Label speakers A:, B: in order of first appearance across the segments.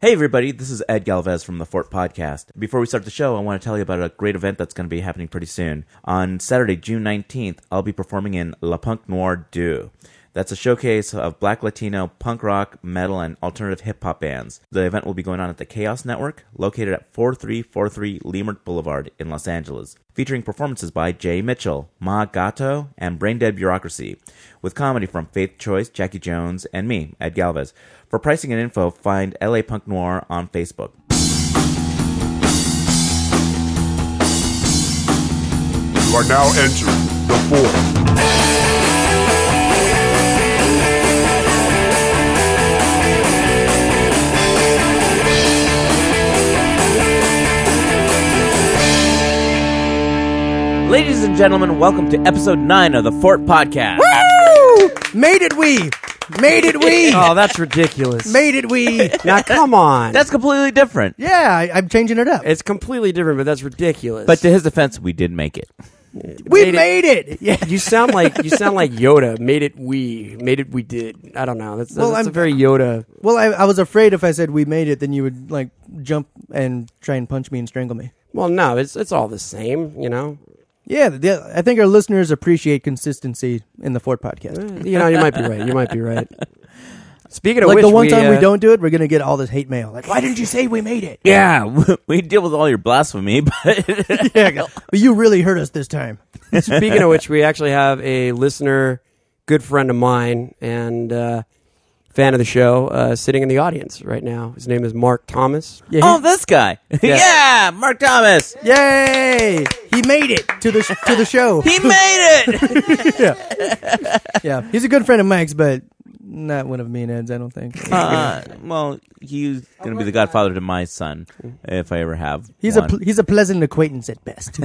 A: Hey, everybody, this is Ed Galvez from the Fort Podcast. Before we start the show, I want to tell you about a great event that's going to be happening pretty soon. On Saturday, June 19th, I'll be performing in La Punk Noir Du. That's a showcase of black Latino punk rock, metal, and alternative hip hop bands. The event will be going on at the Chaos Network, located at 4343 Leimert Boulevard in Los Angeles, featuring performances by Jay Mitchell, Ma Gato, and Brain Dead Bureaucracy, with comedy from Faith Choice, Jackie Jones, and me, Ed Galvez. For pricing and info, find LA Punk Noir on Facebook.
B: You are now entering the fourth.
A: Ladies and gentlemen, welcome to episode 9 of the Fort Podcast.
C: Woo! Made it we. Made it we.
D: Oh, that's ridiculous.
C: Made it we. Now come on.
A: That's completely different.
C: yeah, I, I'm changing it up.
D: It's completely different, but that's ridiculous.
A: But to his defense, we did make it.
C: we
D: made it-
C: made it. Yeah.
D: you sound like you sound like Yoda. Made it we. Made it we did. I don't know. That's,
C: Well,
D: that's a
C: I'm-
D: very Yoda.
C: Well, I, I was afraid if I said we made it, then you would like jump and try and punch me and strangle me.
D: Well, no, it's it's all the same. You know.
C: Yeah, the, I think our listeners appreciate consistency in the Fort podcast.
D: Eh, You know. You might be right. You might be right. Speaking of
C: Like
D: which,
C: the one
D: we,
C: time
D: uh,
C: we don't do it, we're gonna get all this hate mail. Like, why didn't you say we made it?
A: Yeah, we deal with all your blasphemy, but
C: Yeah, but you really hurt us this time.
D: Speaking of which, we actually have a listener, good friend of mine, and uh, fan of the show, uh, sitting in the audience right now. His name is Mark Thomas.
C: Yeah,
A: oh, this guy. Yeah, Mark Thomas.
C: he- yay! He made it to the sh- to the show.
A: He made it.
C: yeah, he's a good friend of Mike's, but not one of me and Ed's. I don't think.
A: Uh, well, he's going to be the godfather to my son if I ever have.
C: He's a
A: one.
C: ple- he's a pleasant acquaintance at best.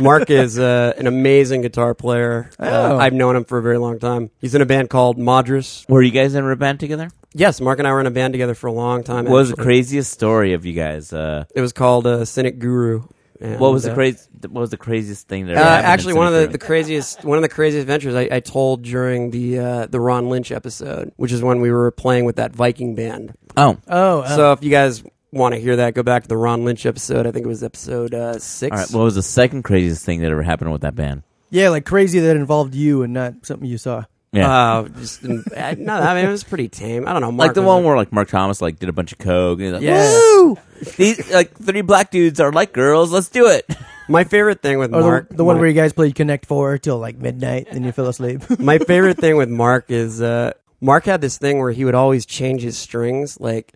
D: Mark is uh, an amazing guitar player. Uh,
C: Oh.
D: I've known him for a very long time. He's in a band called Madras.
A: Were you guys ever a band together?
D: Yes, Mark and I were in a band together for a long time.
A: What was the
D: actually.
A: craziest story of you guys? Uh,
D: It was called uh, Cynic Guru. And,
A: what was the
D: uh,
A: crazy? What was the craziest thing that
D: Uh,
A: ever happened in
D: actually, one of the,
A: Civic
D: the
A: Room?
D: craziest one of the craziest adventures I, I told during the uh, the Ron Lynch episode, which is when we were playing with that Viking band.
A: oh,
C: oh, uh,
D: So if you guys want to hear that, go back to the Ron Lynch episode. I think it was episode uh, six.
A: all right. What was the second craziest thing that ever happened with that band?
C: yeah, like crazy that involved you and not something you saw.
A: Yeah,
D: Uh, just, I, no, I mean it was pretty tame. I don't know, Mark
A: like the
D: was
A: one
D: a-
A: where like Mark Thomas like did a bunch of coke. And he's like,
D: Yeah.
A: Woo! These like three black dudes are like girls. Let's do it.
D: my favorite thing with
C: Or
D: Mark,
C: the, the one
D: Mark-
C: where you guys played Connect Four till like midnight, then you fell asleep.
D: my favorite thing with Mark is uh, Mark had this thing where he would always change his strings like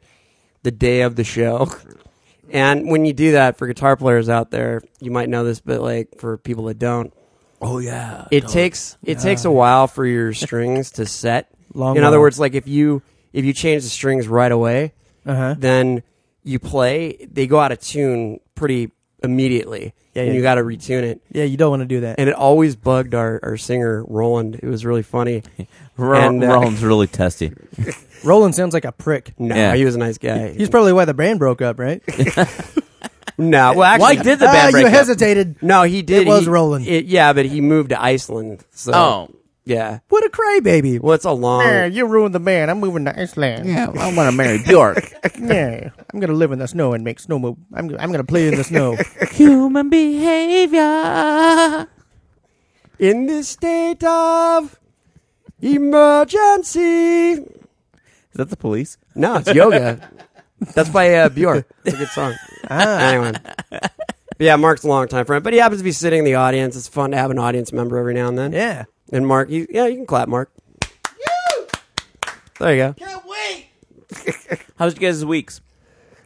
D: the day of the show. And when you do that for guitar players out there, you might know this, but like for people that don't,
A: Oh yeah.
D: it takes it takes a while for your strings to set.
C: Long
D: In other
C: while.
D: words, like if you if you change the strings right away,
C: Uh-huh.
D: then you play, they go out of tune pretty immediately,
C: Yeah,
D: and
C: yeah.
D: you got to retune it.
C: yeah, you don't want to do that.
D: And it always bugged our, our singer Roland. It was really funny.
A: Ro-
D: And, uh,
A: Roland's really testy.
C: Roland sounds like a prick.
D: No,
A: Yeah.
D: he was a nice guy.
C: He's probably why the band broke up, right?
D: no, well, actually,
A: Why did the band
C: Ah,
A: break
C: you
A: up?
C: hesitated.
D: no, he
C: It
D: did.
C: was
D: He-
C: Roland.
D: it- yeah, but he moved to Iceland. So,
A: Oh.
D: yeah.
C: What a crybaby.
D: Well, it's a long.
E: Yeah, you ruined the band. I'm moving to Iceland. Yeah,
A: I want to marry Bjork.
C: I'm gonna live in the snow and make snow. Mo- I'm I'm gonna play in the snow.
A: Human behavior.
D: In this state of emergency.
A: Is that the police?
D: No, it's yoga. That's by uh, Bjork. It's a good song. Anyway. But yeah, Mark's a long time friend, but he happens to be sitting in the audience. It's fun to have an audience member every now and then.
C: yeah.
D: And Mark, you, yeah, you can clap, Mark. There you go.
A: How's you guys' weeks?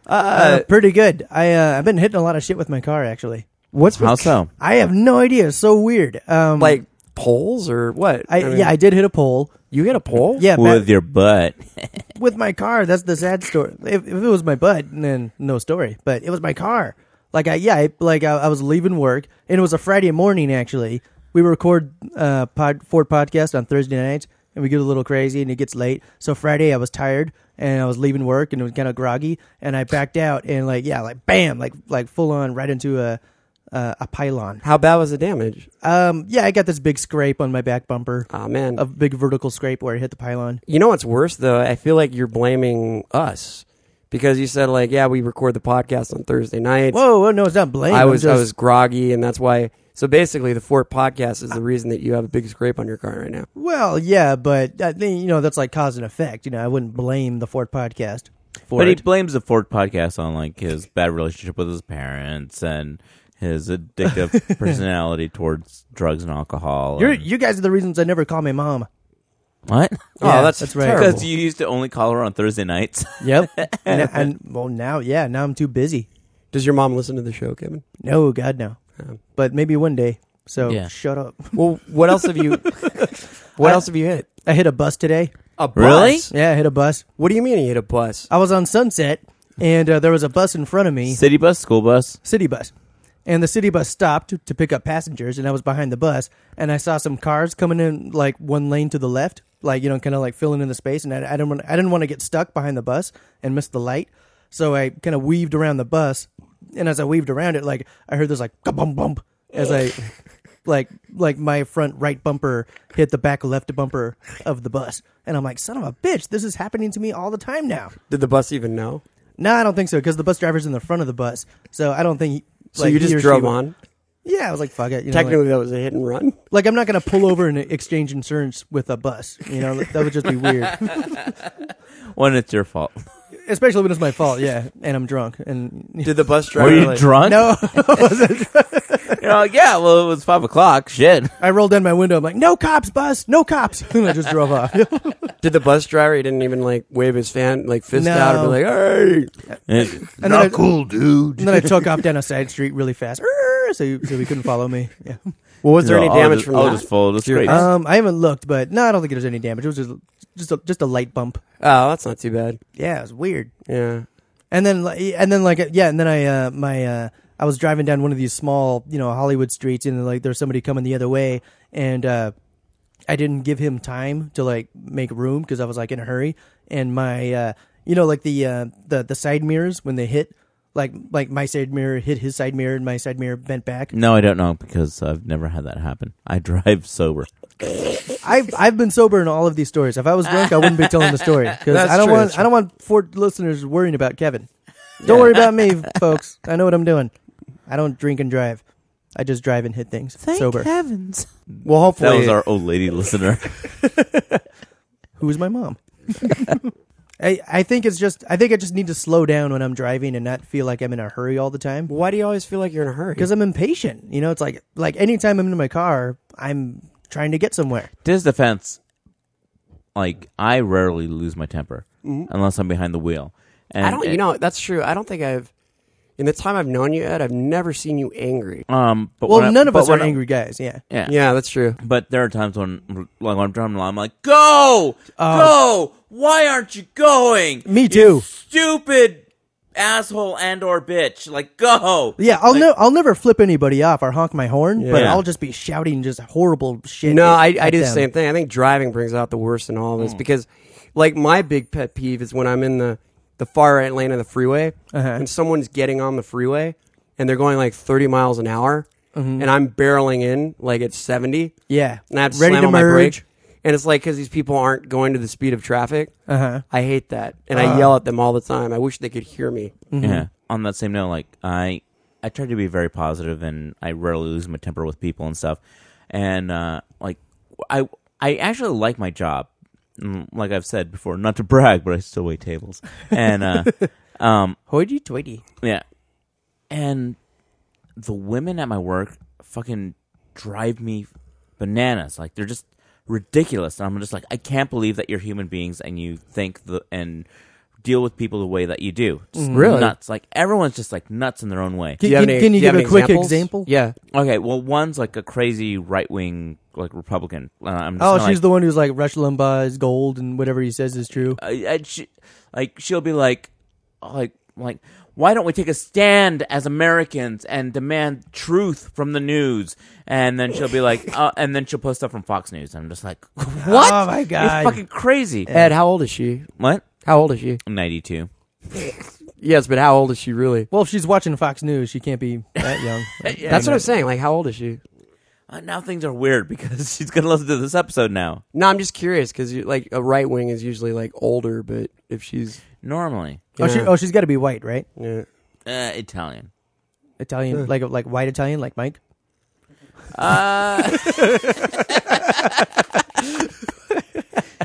C: Uh, pretty good. I uh, I've been hitting a lot of shit with my car actually.
D: What's
A: How so?
C: I have no idea. It's so weird. Um,
D: like poles or what?
C: I,
D: mean,
C: yeah, I did hit a pole.
D: you hit a pole.
C: Yeah, back-
A: With your butt.
C: with my car. That's the sad story. If, if it was my butt, then no story. But it was my car. Like I yeah, I, like I, I was leaving work, and it was a Friday morning. Actually, we record uh, pod, Ford podcast on Thursday nights, and we get a little crazy, and it gets late. So Friday, I was tired, and I was leaving work, and it was kind of groggy, and I backed out, and like yeah, like bam, like like full on right into a uh, a pylon.
D: How bad was the damage?
C: Um, yeah, I got this big scrape on my back bumper,
D: Oh man.
C: a big vertical scrape where I hit the pylon.
D: you know what's worse though? I feel like you're blaming us because you said like, yeah, we record the podcast on Thursday nights.
C: Whoa, whoa, no, it's not blame.
D: I
C: I'm
D: was I
C: just-
D: was groggy, and that's why. So basically, the Fort podcast is the reason that you have a big scrape on your car right now.
C: Well, yeah, but I think you know that's like cause and effect. You know, I wouldn't blame the Ford podcast for
A: But he
C: it.
A: blames the Ford podcast on like his bad relationship with his parents and his addictive personality towards drugs and alcohol.
C: You're,
A: and-
C: you guys are the reasons I never call my mom.
A: what?
C: Yeah,
D: oh,
C: that's
D: that's that's
C: right.
D: terrible.
A: Because you used to only call her on Thursday nights.
C: Yep. and, and well, now yeah, now I'm too busy.
D: Does your mom listen to the show, Kevin? Oh.
C: No, God no. But maybe one day. So
A: Yeah.
C: shut up.
D: Well, what else have you? what else have you hit?
C: I hit a bus today.
D: A
A: Really?
D: bus?
C: Yeah, I hit a bus.
D: What do you mean you hit a bus?
C: I was on Sunset, and uh, there was a bus in front of me,
A: City bus, school bus.
C: city bus, and the city bus stopped to, to pick up passengers, and I was behind the bus, and I saw some cars coming in like one lane to the left, like you know, kind of like filling in the space, and I, I didn't want I didn't want to get stuck behind the bus and miss the light, so I kind of weaved around the bus, and as I weaved around it, like I heard this like bump bump as I. Like, like my front right bumper hit the back left bumper of the bus, and I'm like, "Son of a bitch, this is happening to me all the time now."
D: Did the bus even know?
C: No, I don't think so because the bus driver's in the front of the bus, so I don't think. He,
D: So
C: like,
D: you
C: he or
D: just
C: she
D: drove
C: would-
D: on.
C: Yeah, I was like, "Fuck it." You know, like-
D: Technically, that was a hit and run.
C: like, I'm not gonna pull over and exchange insurance with a bus. You know, that would just be weird,
A: When it's your fault.
C: especially when it's my fault. Yeah, and I'm drunk. And
D: Did the bus driver?
A: Were you
D: like-
A: drunk?
C: no,
A: You're like, Oh, yeah, well, it was five o'clock. Shit.
C: I rolled down my window. I'm like, "No cops, bus, no cops," and I just drove off.
D: Did the bus driver? He didn't even like wave his fan, like fist
C: No.
D: out, and be like, "Hey!"
A: Eh, It-
C: And then I, cool, dude. And then I took off down a side street really fast, Err, so you- so he couldn't follow me. Yeah.
D: Well, was there
A: No,
D: any
A: I'll
D: damage
A: just-
D: from
A: I'll
D: that?
A: just fold it
D: To your
A: straight.
D: bus?
C: Um, I haven't looked, but no, I don't think there's any damage. It was just just a, just a light bump.
D: oh, that's not too bad.
C: Yeah, it was weird.
D: Yeah.
C: And then, like, and then, like, yeah, and then I, uh, my, uh, I was driving down one of these small, you know, Hollywood streets, and like there's somebody coming the other way, and uh, I didn't give him time to like make room because I was like in a hurry, and my, uh, you know, like the uh, the the side mirrors when they hit, like like my side mirror hit his side mirror, and my side mirror bent back.
A: no, I don't know because I've never had that happen. I drive sober.
C: I've I've been sober in all of these stories. If I was drunk, I wouldn't be telling the story because
D: That's
C: I don't
D: true,
C: want
D: that's
C: I don't want four listeners worrying about Kevin. Don't worry about me, folks. I know what I'm doing. I don't drink and drive. I just drive and hit things sober.
A: heavens.
D: Well, hopefully
A: That was our old lady listener.
C: Who is my mom? I I think it's just I think I just need to slow down when I'm driving and not feel like I'm in a hurry all the time
D: Why do you always feel like you're in a hurry?
C: because I'm impatient. You know, it's like like anytime I'm in my car, I'm trying to get somewhere.
A: to his defense, like I rarely lose my temper
D: Mm-hmm.
A: unless I'm behind the wheel. And
D: I don't. You know, that's true. I don't think I've. In the time I've known you, Ed, I've never seen you angry.
A: Um, but
C: Well,
A: when I-
C: none of
A: but
C: us are
A: when I-
C: angry guys. Yeah.
A: yeah.
D: Yeah, that's true.
A: But there are times when, like, when I'm driving along, I'm like, "Go,
F: Oh.
C: Oh.
A: go! Why aren't you going?
C: Me
A: You
C: too.
A: stupid asshole and or bitch! Like, go!
C: Yeah, I'll no, I'll never flip anybody off or honk my horn, but
A: Yeah.
C: I'll just be shouting just horrible shit.
D: No,
C: at-
D: I, I
C: at
D: do the
C: them.
D: same thing. I think driving brings out the worst in all
A: Mm.
D: of us because, like, my big pet peeve is when I'm in the, the far right lane of the freeway
C: Uh-huh.
D: and someone's getting on the freeway and they're going like 30 miles an hour and I'm barreling in like at 70.
C: Mm-hmm. Yeah,
D: And I have to
C: ready
D: slam
C: to
D: on my
C: merge.
D: brake. And it's like because these people aren't going to the speed of traffic. Uh-huh. I hate that, and
C: Uh-huh.
D: I yell at them all the time. I wish they could hear me.
C: Mm-hmm.
A: Yeah. On that same note, like I, I try to be very positive, and I rarely lose my temper with people and stuff. And uh, like I, I actually like my job. Mm, Like I've said before, not to brag, but I still wait tables. And uh,
C: Hoity toity.
A: yeah, and the women at my work fucking drive me bananas. Like they're just ridiculous, and I'm just like, I can't believe that you're human beings and you think the and deal with people the way that you do. Just
D: Really?
A: nuts. Like everyone's just like nuts in their own way.
C: Mm-hmm. Can
D: Do
C: you,
D: have
C: can,
D: any-
C: can
D: do
C: you
D: have
C: give a
D: any
C: quick
D: examples?
C: example?
D: Yeah,
A: Okay, well, one's like a crazy right wing like Republican. Uh, I'm just
C: Oh,
A: kinda
C: she's
A: like,
C: the one who's like Rush Limbaugh is gold and whatever he says is true.
D: Uh,
A: I, I, she, like she'll be like oh, like like why don't we take a stand as Americans and demand truth from the news? And then she'll be like, uh, and then she'll post stuff from Fox News. I'm just like, what?
C: Oh, my God.
A: you're fucking crazy.
D: Ed, how old is she?
A: What?
D: How old is she?
A: I'm 92.
D: Yes, but how old is she really?
C: Well, if she's watching Fox News, she can't be that young.
D: That's what I'm saying. Like, how old is she?
A: Uh, now things are weird because she's gonna listen to this episode now.
D: No, I'm just curious because like a right wing is usually like older, but if she's
A: Normally,
C: Oh, she, oh, she's got to be white, right?
D: Yeah.
A: Uh, Italian.
C: Italian, like like white Italian, like Mike.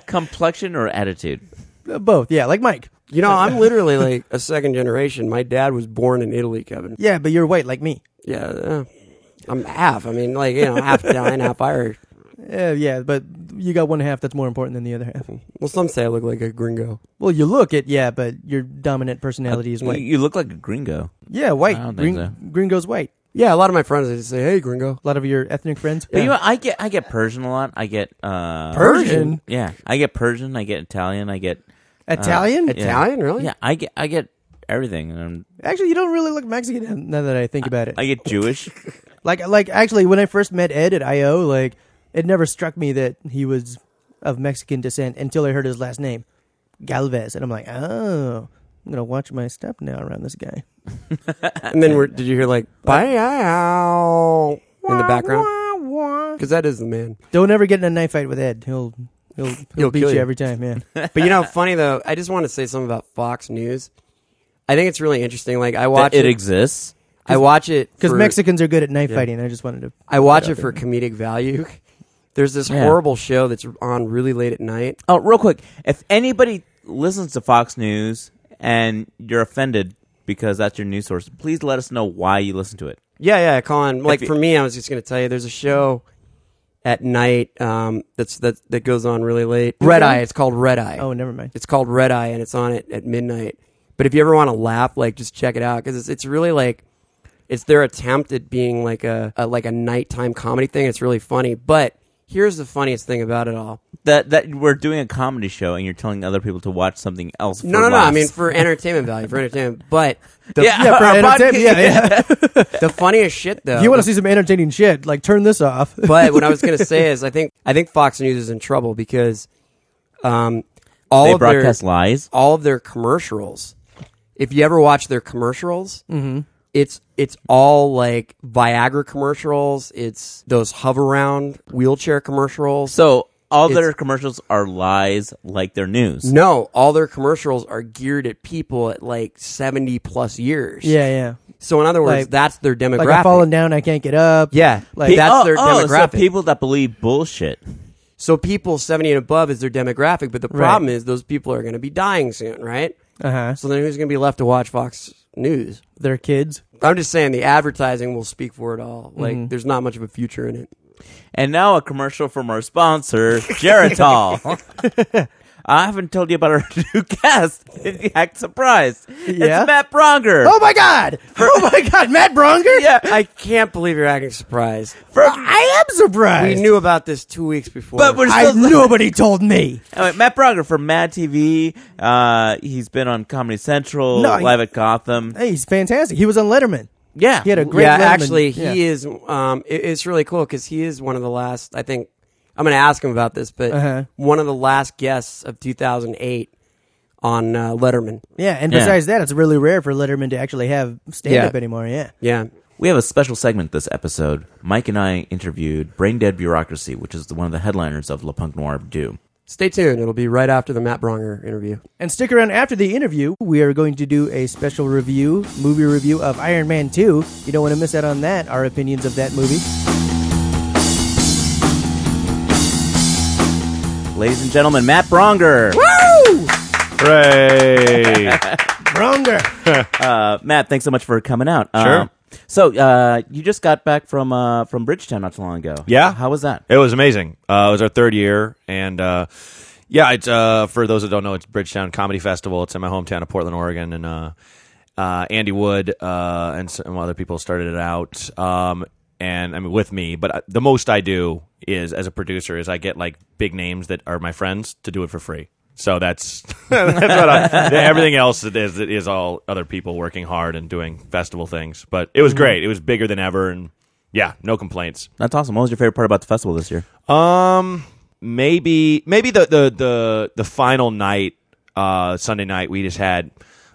A: Complexion or attitude?
C: Uh, Both, yeah, like Mike.
D: You know, I'm literally like a second generation. My dad was born in Italy, Kevin.
C: Yeah, but you're white like me.
D: Yeah, uh, I'm half. I mean, like you know, half Italian, half Irish.
C: Uh, yeah, but you got one half that's more important than the other half.
D: Well, some say I look like a gringo.
C: Well, you look it, yeah, but your dominant personality is
A: You,
C: white.
A: you look like a gringo.
C: Yeah, white.
A: I don't
C: Green,
A: think so.
C: Gringo's white.
D: Yeah, a lot of my friends they just say, "Hey, gringo."
C: A lot of your ethnic friends.
A: But you know, I get I get Persian a lot. I get uh,
C: Persian?
A: Yeah, I get Persian. I get Italian. I get uh,
C: Italian?
A: yeah.
D: Italian, really?
A: Yeah, I get I get everything. And
C: Actually, you don't really look Mexican now that I think about it.
A: i I get Jewish.
C: like, like actually, when I first met Ed at IO, like it never struck me that he was of Mexican descent until I heard his last name, Galvez, and I'm like, oh, I'm gonna watch my step now around this guy.
D: And then we're, did you hear like "bye ow" in the background? Because that is the man.
C: Don't ever get in a knife fight with Ed. He'll he'll he'll,
D: He'll
C: beat
D: kill
C: you
D: you.
C: every time. Yeah.
D: But you know, funny though, I just want to say something about Fox News. I think it's really interesting. Like I watch
A: That it
D: it.
A: exists.
D: I watch it
C: Because
D: for-
C: Mexicans are good at knife
D: Yeah.
C: fighting. I just wanted to.
D: I watch it for comedic value. There's this
A: Yeah.
D: horrible show that's on really late at night.
A: Oh, real quick, if anybody listens to Fox News and you're offended because that's your news source, please let us know why you listen to it.
D: Yeah, yeah, Colin. Like
A: If you-
D: for me, I was just gonna tell you, there's a show at night um, that's that that goes on really late. Red Eye. It's called Red Eye.
C: Oh, never mind.
D: It's called Red Eye, and it's on at, at midnight. But if you ever want to laugh, like just check it out because it's it's really like it's their attempt at being like a, a like a nighttime comedy thing. It's really funny. But here's the funniest thing about it all.
A: That that we're doing a comedy show and you're telling other people to watch something else. For
D: No, no, no. I
A: laughs.
D: mean for entertainment value, for entertainment. But the,
A: yeah,
C: Yeah, for
A: our
C: entertainment.
A: podcast-
C: Yeah, yeah.
D: the funniest shit though.
C: If you want to see some entertaining shit, like turn this off.
D: but what I was going to say is, I think I think Fox News is in trouble because um, all
A: They
D: of their
A: broadcast lies.
D: all of their commercials. If you ever watch their commercials,
C: Mm-hmm.
D: it's it's all like Viagra commercials. It's those hover around wheelchair commercials.
A: So all
D: It's-
A: their commercials are lies, like their news.
D: no, all their commercials are geared at people at like seventy plus years.
C: yeah, yeah.
D: So in other words,
C: Like-
D: that's their demographic.
C: Like I'm falling down, I can't get up.
D: yeah,
C: Like-
D: like that's
A: oh,
D: their
A: oh,
D: demographic.
A: So people that believe bullshit.
D: So people 70 and above is their demographic, but the
C: Right.
D: problem is those people are going to be dying soon, right?
C: Uh
A: Uh-huh.
C: huh.
D: So then who's going to be left to watch Fox News?
C: They're kids.
D: I'm just saying the advertising will speak for it all. Like there's not much of a future in it.
A: Mm-hmm. And now a commercial from our sponsor, Geritol. I haven't told you about our new guest. Act surprised.
C: Yeah?
A: It's Matt Bronger.
C: Oh my god! Oh my god, Matt Bronger?
A: yeah.
D: I can't believe you're acting surprised.
A: From-
C: I am
D: We
C: surprised.
D: knew about this 2 weeks before.
A: But we're
C: I
A: still
C: nobody told me.
A: Anyway, Matt Bronger from Mad TV. Uh, he's been on Comedy Central,
C: No, I-
A: Live at Gotham.
C: Hey, he's fantastic. He was on Letterman.
A: yeah.
C: He had a great
D: yeah,
C: Letterman.
D: actually
C: Yeah.
D: he is um it- it's really cool cuz he is one of the last I think I'm going to ask him about this, but
C: Uh-huh.
D: one of the last guests of 2008 on uh, Letterman.
C: Yeah, and
A: Yeah.
C: besides that, it's really rare for Letterman to actually have stand up
D: Yeah.
C: anymore. Yeah.
D: Yeah.
A: We have a special segment this episode. Mike and I interviewed Brain Dead Bureaucracy, which is one of the headliners of La Punk Noir Do.
D: Stay tuned. It'll be right after the Matt Bronger interview.
C: And stick around after the interview. We are going to do a special review, movie review of Iron Man 2. You don't want to miss out on that, our opinions of that movie.
A: Ladies and gentlemen, Matt Bronger.
C: Woo!
G: Hooray!
C: Bronger!
A: Uh, Matt, thanks so much for coming out.
G: Sure.
A: Um, so uh, you just got back from uh, from Bridgetown not too long ago.
G: Yeah.
A: How was that?
G: it was amazing. Uh, it was our third year, and uh, yeah, it's uh, for those that don't know, it's Bridgetown Comedy Festival. It's in my hometown of Portland, Oregon, and uh, uh, Andy Wood uh, and some other people started it out. Um, and I mean, with me, but I- the most I do is as a producer is I get like big names that are my friends to do it for free. So that's that's what I, everything else is is all other people working hard and doing festival things. But it
A: Mm-hmm.
G: was great. It was bigger than ever, and yeah, no complaints.
A: That's awesome. What was your favorite part about the festival this year?
G: Um, maybe maybe the the the the final night, uh, Sunday night, we just had.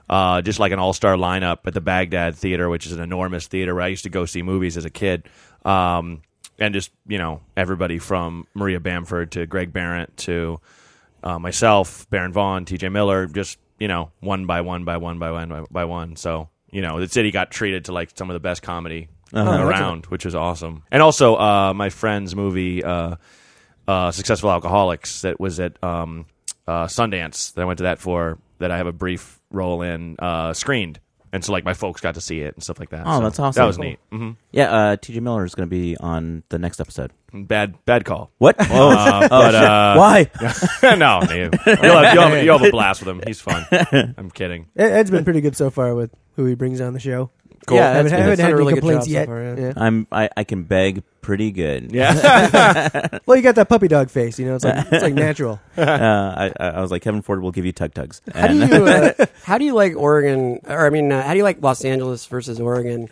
G: Uh, just like an all-star lineup at the Baghdad Theater, which is an enormous theater where I used to go see movies as a kid, um, and just you know everybody from Maria Bamford to Greg Barrett to uh, myself, Baron Vaughn, T.J. Miller, just you know, one by one by one by one by, by one. So you know, the city got treated to like some of the best comedy around, which was awesome. And also, uh, my friend's movie, uh, uh, Successful Alcoholics, that was at um, uh, Sundance that I went to that for. That I have a brief role in, uh, screened. And so, like, my folks got to see it and stuff like that.
A: Oh,
G: So
A: that's awesome.
G: That was
A: Cool.
G: neat. hmm
A: Yeah, uh, TJ Miller is going to be on the next episode.
G: Bad, bad call.
A: What?
G: Oh, uh, but, uh,
A: Why?
G: no, no, you'll have, you'll, have, you'll have a blast with him. He's fun. I'm kidding.
C: Ed- Ed's been pretty good so far with who he brings on the show.
D: Cool. Yeah,
C: I haven't,
D: that's good.
C: haven't
D: That's
C: had
D: done a really
C: any
D: good
C: complaints
D: job so
C: yet.
D: far, yeah.
C: Yeah.
A: I'm I, I can beg pretty good.
G: Yeah.
C: Well, you got that puppy dog face. You know, it's like it's like natural.
A: Uh, I, I I was like Kevin Ford will give you tug tugs.
D: How do you uh, how do you like Oregon? Or I mean, uh, how do you like Los Angeles versus Oregon?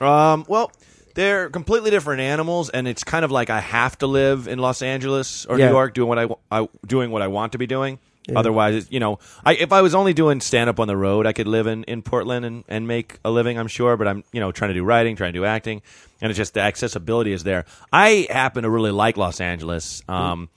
G: um, well, they're completely different animals, and it's kind of like I have to live in Los Angeles or
D: Yeah.
G: New York doing what I, wa- I doing what I want to be doing. Otherwise, it's- you know, I, if I was only doing stand up on the road, I could live in, in Portland and, and make a living, I'm sure. But I'm, you know, trying to do writing, trying to do acting, and it's just the accessibility is there. I happen to really like Los Angeles. Um,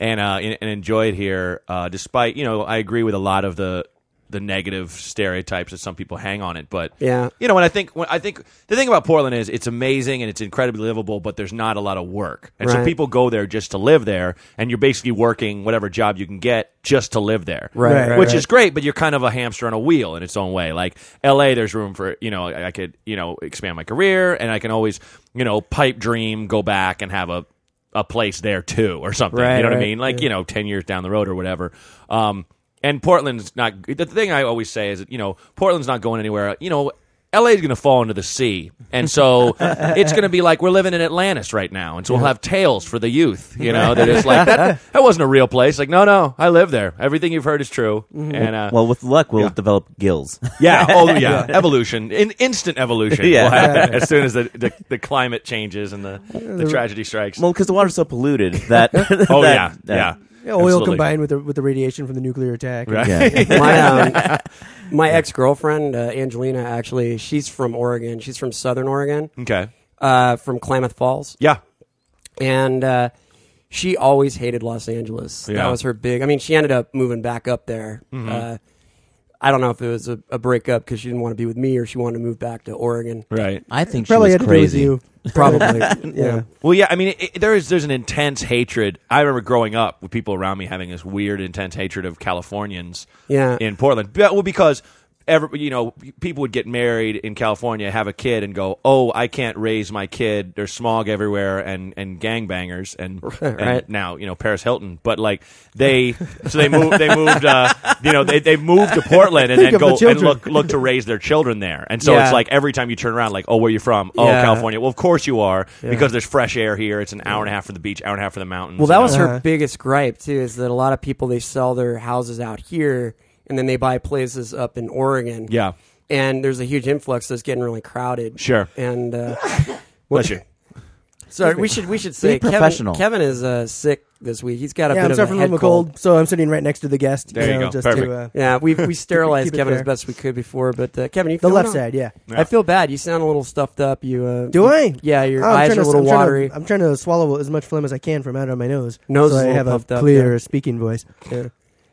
G: and uh, and and enjoy it here. Uh, despite you know, I agree with a lot of the the negative stereotypes that some people hang on it. But
D: Yeah.
G: you know, and I think when I think the thing about Portland is it's amazing and it's incredibly livable, but there's not a lot of work, and so
D: Right.
G: people go there just to live there, and you're basically working whatever job you can get just to live there,
D: Right, right,
G: Which
D: right.
G: is great, but you're kind of a hamster on a wheel in its own way. Like L.A., there's room for you know I I could you know expand my career, and I can always you know pipe dream go back and have a a place there too or something. you
D: Right,
G: know what I
D: right.
G: mean? Like you know, ten years down the road or whatever. Um, and Portland's not. The thing I always say is that you know Portland's not going anywhere. You know. LA's going to fall into the sea. And so it's going to be like we're living in Atlantis right now. And so we'll have tales for the youth, you know, that it's like, that, that wasn't a real place. Like, no, no, I live there. Everything you've heard is true. And, uh,
A: Mm-hmm. well, with luck, we'll develop gills.
G: yeah. Oh, yeah. Evolution. In, instant evolution
A: Yeah.
G: will happen as soon as the, the, the climate changes and the, the tragedy strikes.
A: Uh, well, because the water's so polluted that.
G: oh,
A: that-
G: yeah.
A: that-
G: yeah.
C: Yeah, oil
G: Absolutely.
C: combined with the with the radiation from the nuclear attack.
G: Right.
A: yeah.
D: My um, my ex girlfriend uh, Angelina actually, she's from Oregon. She's from Southern Oregon,
G: Okay.
D: uh, from Klamath Falls,
G: Yeah.
D: and uh, she always hated Los Angeles.
G: Yeah. Mm-hmm.
D: That was her big. I mean, she ended up moving back up there. Uh, I don't know if it was a, a breakup because she didn't want to be with me, or she wanted to move back to Oregon.
G: Right.
A: I think she
C: Probably
A: was
C: had to
A: crazy.
C: do with you. Probably. yeah.
G: Well, yeah. I mean, it, it- there is there's an intense hatred. I remember growing up with people around me having this weird, intense hatred of Californians.
D: Yeah.
G: In Portland, Be- well, because every you know people would get married in California, have a kid, and go, "Oh, I can't raise my kid. There's smog everywhere, and and gangbangers, and, and
D: Right.
G: now you know Paris Hilton." But like they, so they moved. They moved. Uh, you know, they they moved to Portland and
C: Think
G: then
C: of the
G: go and
C: children.
G: look look to raise their children there. And so
D: Yeah.
G: it's like every time you turn around, like, "Oh, where you from? Oh,
D: Yeah.
G: California." Well, of course you are because there's fresh air here. It's an hour and a half from the beach, hour and a half from the mountains.
D: Well, that
G: you
D: was
G: know?
D: her biggest gripe too. Is that a lot of people they sell their houses out here and then they buy places up in Oregon.
G: Yeah.
D: and there's a huge influx that's getting really crowded.
G: Sure.
D: And uh,
G: bless you.
D: sorry, we should we should say Kevin-
A: professional.
D: Kevin, is uh, sick this week. He's got a
C: Yeah,
D: bit
C: I'm
D: of
C: suffering
D: a head
C: from a cold, so I'm sitting right next to the guest.
G: There you
C: know,
G: go.
C: Just
G: Perfect.
C: To, uh,
D: Yeah, we we sterilized
C: Keep it
D: Kevin as
C: fair.
D: best we could before, but uh, Kevin, you
C: the
D: feeling
C: left
D: all-
C: side, yeah.
G: Yeah.
D: I feel bad. You sound a little stuffed up. You uh,
C: Do I?
D: Yeah, your
C: Oh, I'm
D: eyes
C: trying
D: are a
C: to-
D: little
C: I'm trying to-
D: watery.
C: I'm trying to swallow as much phlegm as I can from out of my nose.
D: Nose
C: so
D: is a
C: I
D: little
C: have
D: puffed
C: a
D: up,
C: clear speaking voice.
D: yeah,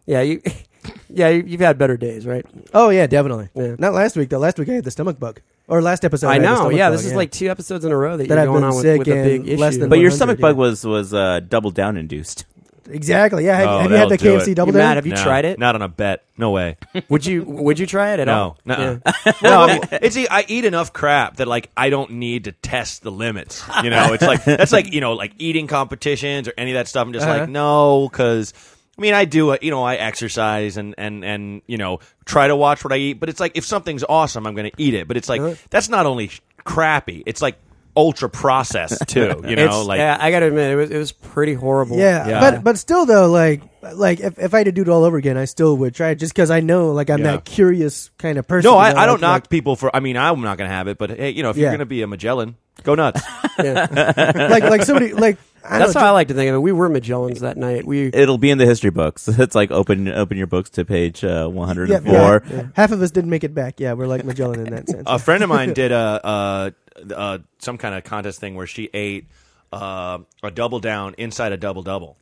D: yeah, you, yeah, you, you've had better days, right?
C: Oh yeah, definitely.
D: Yeah.
C: Not last week though. Last week I had the stomach bug, or last episode.
D: I
C: had the
D: know.
C: stomach
D: Yeah,
C: bug,
D: this is like two episodes in a row that,
C: That
D: you're
C: I've
D: going
C: been
D: on with,
C: sick
D: with a big issue.
C: and less than
A: But your
C: 100,
A: stomach
C: yeah.
A: bug was was uh, double down induced.
C: exactly. Yeah. Have,
G: Oh,
C: have you
G: that'll
C: had the
G: do
C: KFC
G: it.
C: double
D: You mad?
C: down?
D: Have you tried it?
G: Not on a bet. No way.
D: would you Would you try it at
G: No.
D: all?
G: No.
D: Yeah.
G: no. I mean, it's I eat enough crap that like I don't need to test the limits. You know, it's like that's like you know like eating competitions or any of that stuff. I'm just
D: Uh-huh.
G: like no, because I mean I do uh, you know I exercise and and and you know try to watch what I eat, but it's like if something's awesome, I'm going to eat it. But it's like
D: Uh-huh.
G: that's not only sh- crappy. It's like ultra processed too. You know,
D: It's-
G: like
D: yeah, I gotta admit, it was it was pretty horrible.
C: Yeah,
G: Yeah.
C: but but still though, like like if, if I had to do it all over again, I still would try it just because I know like I'm
G: Yeah.
C: that curious kind of person.
G: No,
C: you
G: I,
C: know,
G: I don't
C: like-
G: knock
C: like-
G: people for. I mean, I'm not going to have it, but hey, you know, if you're
C: Yeah.
G: going to be a Magellan, go nuts.
C: Like like somebody like I
D: that's
C: don't,
D: how I like to think of it. We were Magellans that night. We
A: It'll be in the history books. It's like open open your books to page uh, one hundred
C: yeah,
A: and
C: yeah,
A: four.
C: yeah. Half of us didn't make it back. Yeah, we're like Magellan in that sense.
G: a friend of mine did a, a, a some kind of contest thing where she ate uh, a double down inside a double double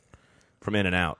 G: from In and Out.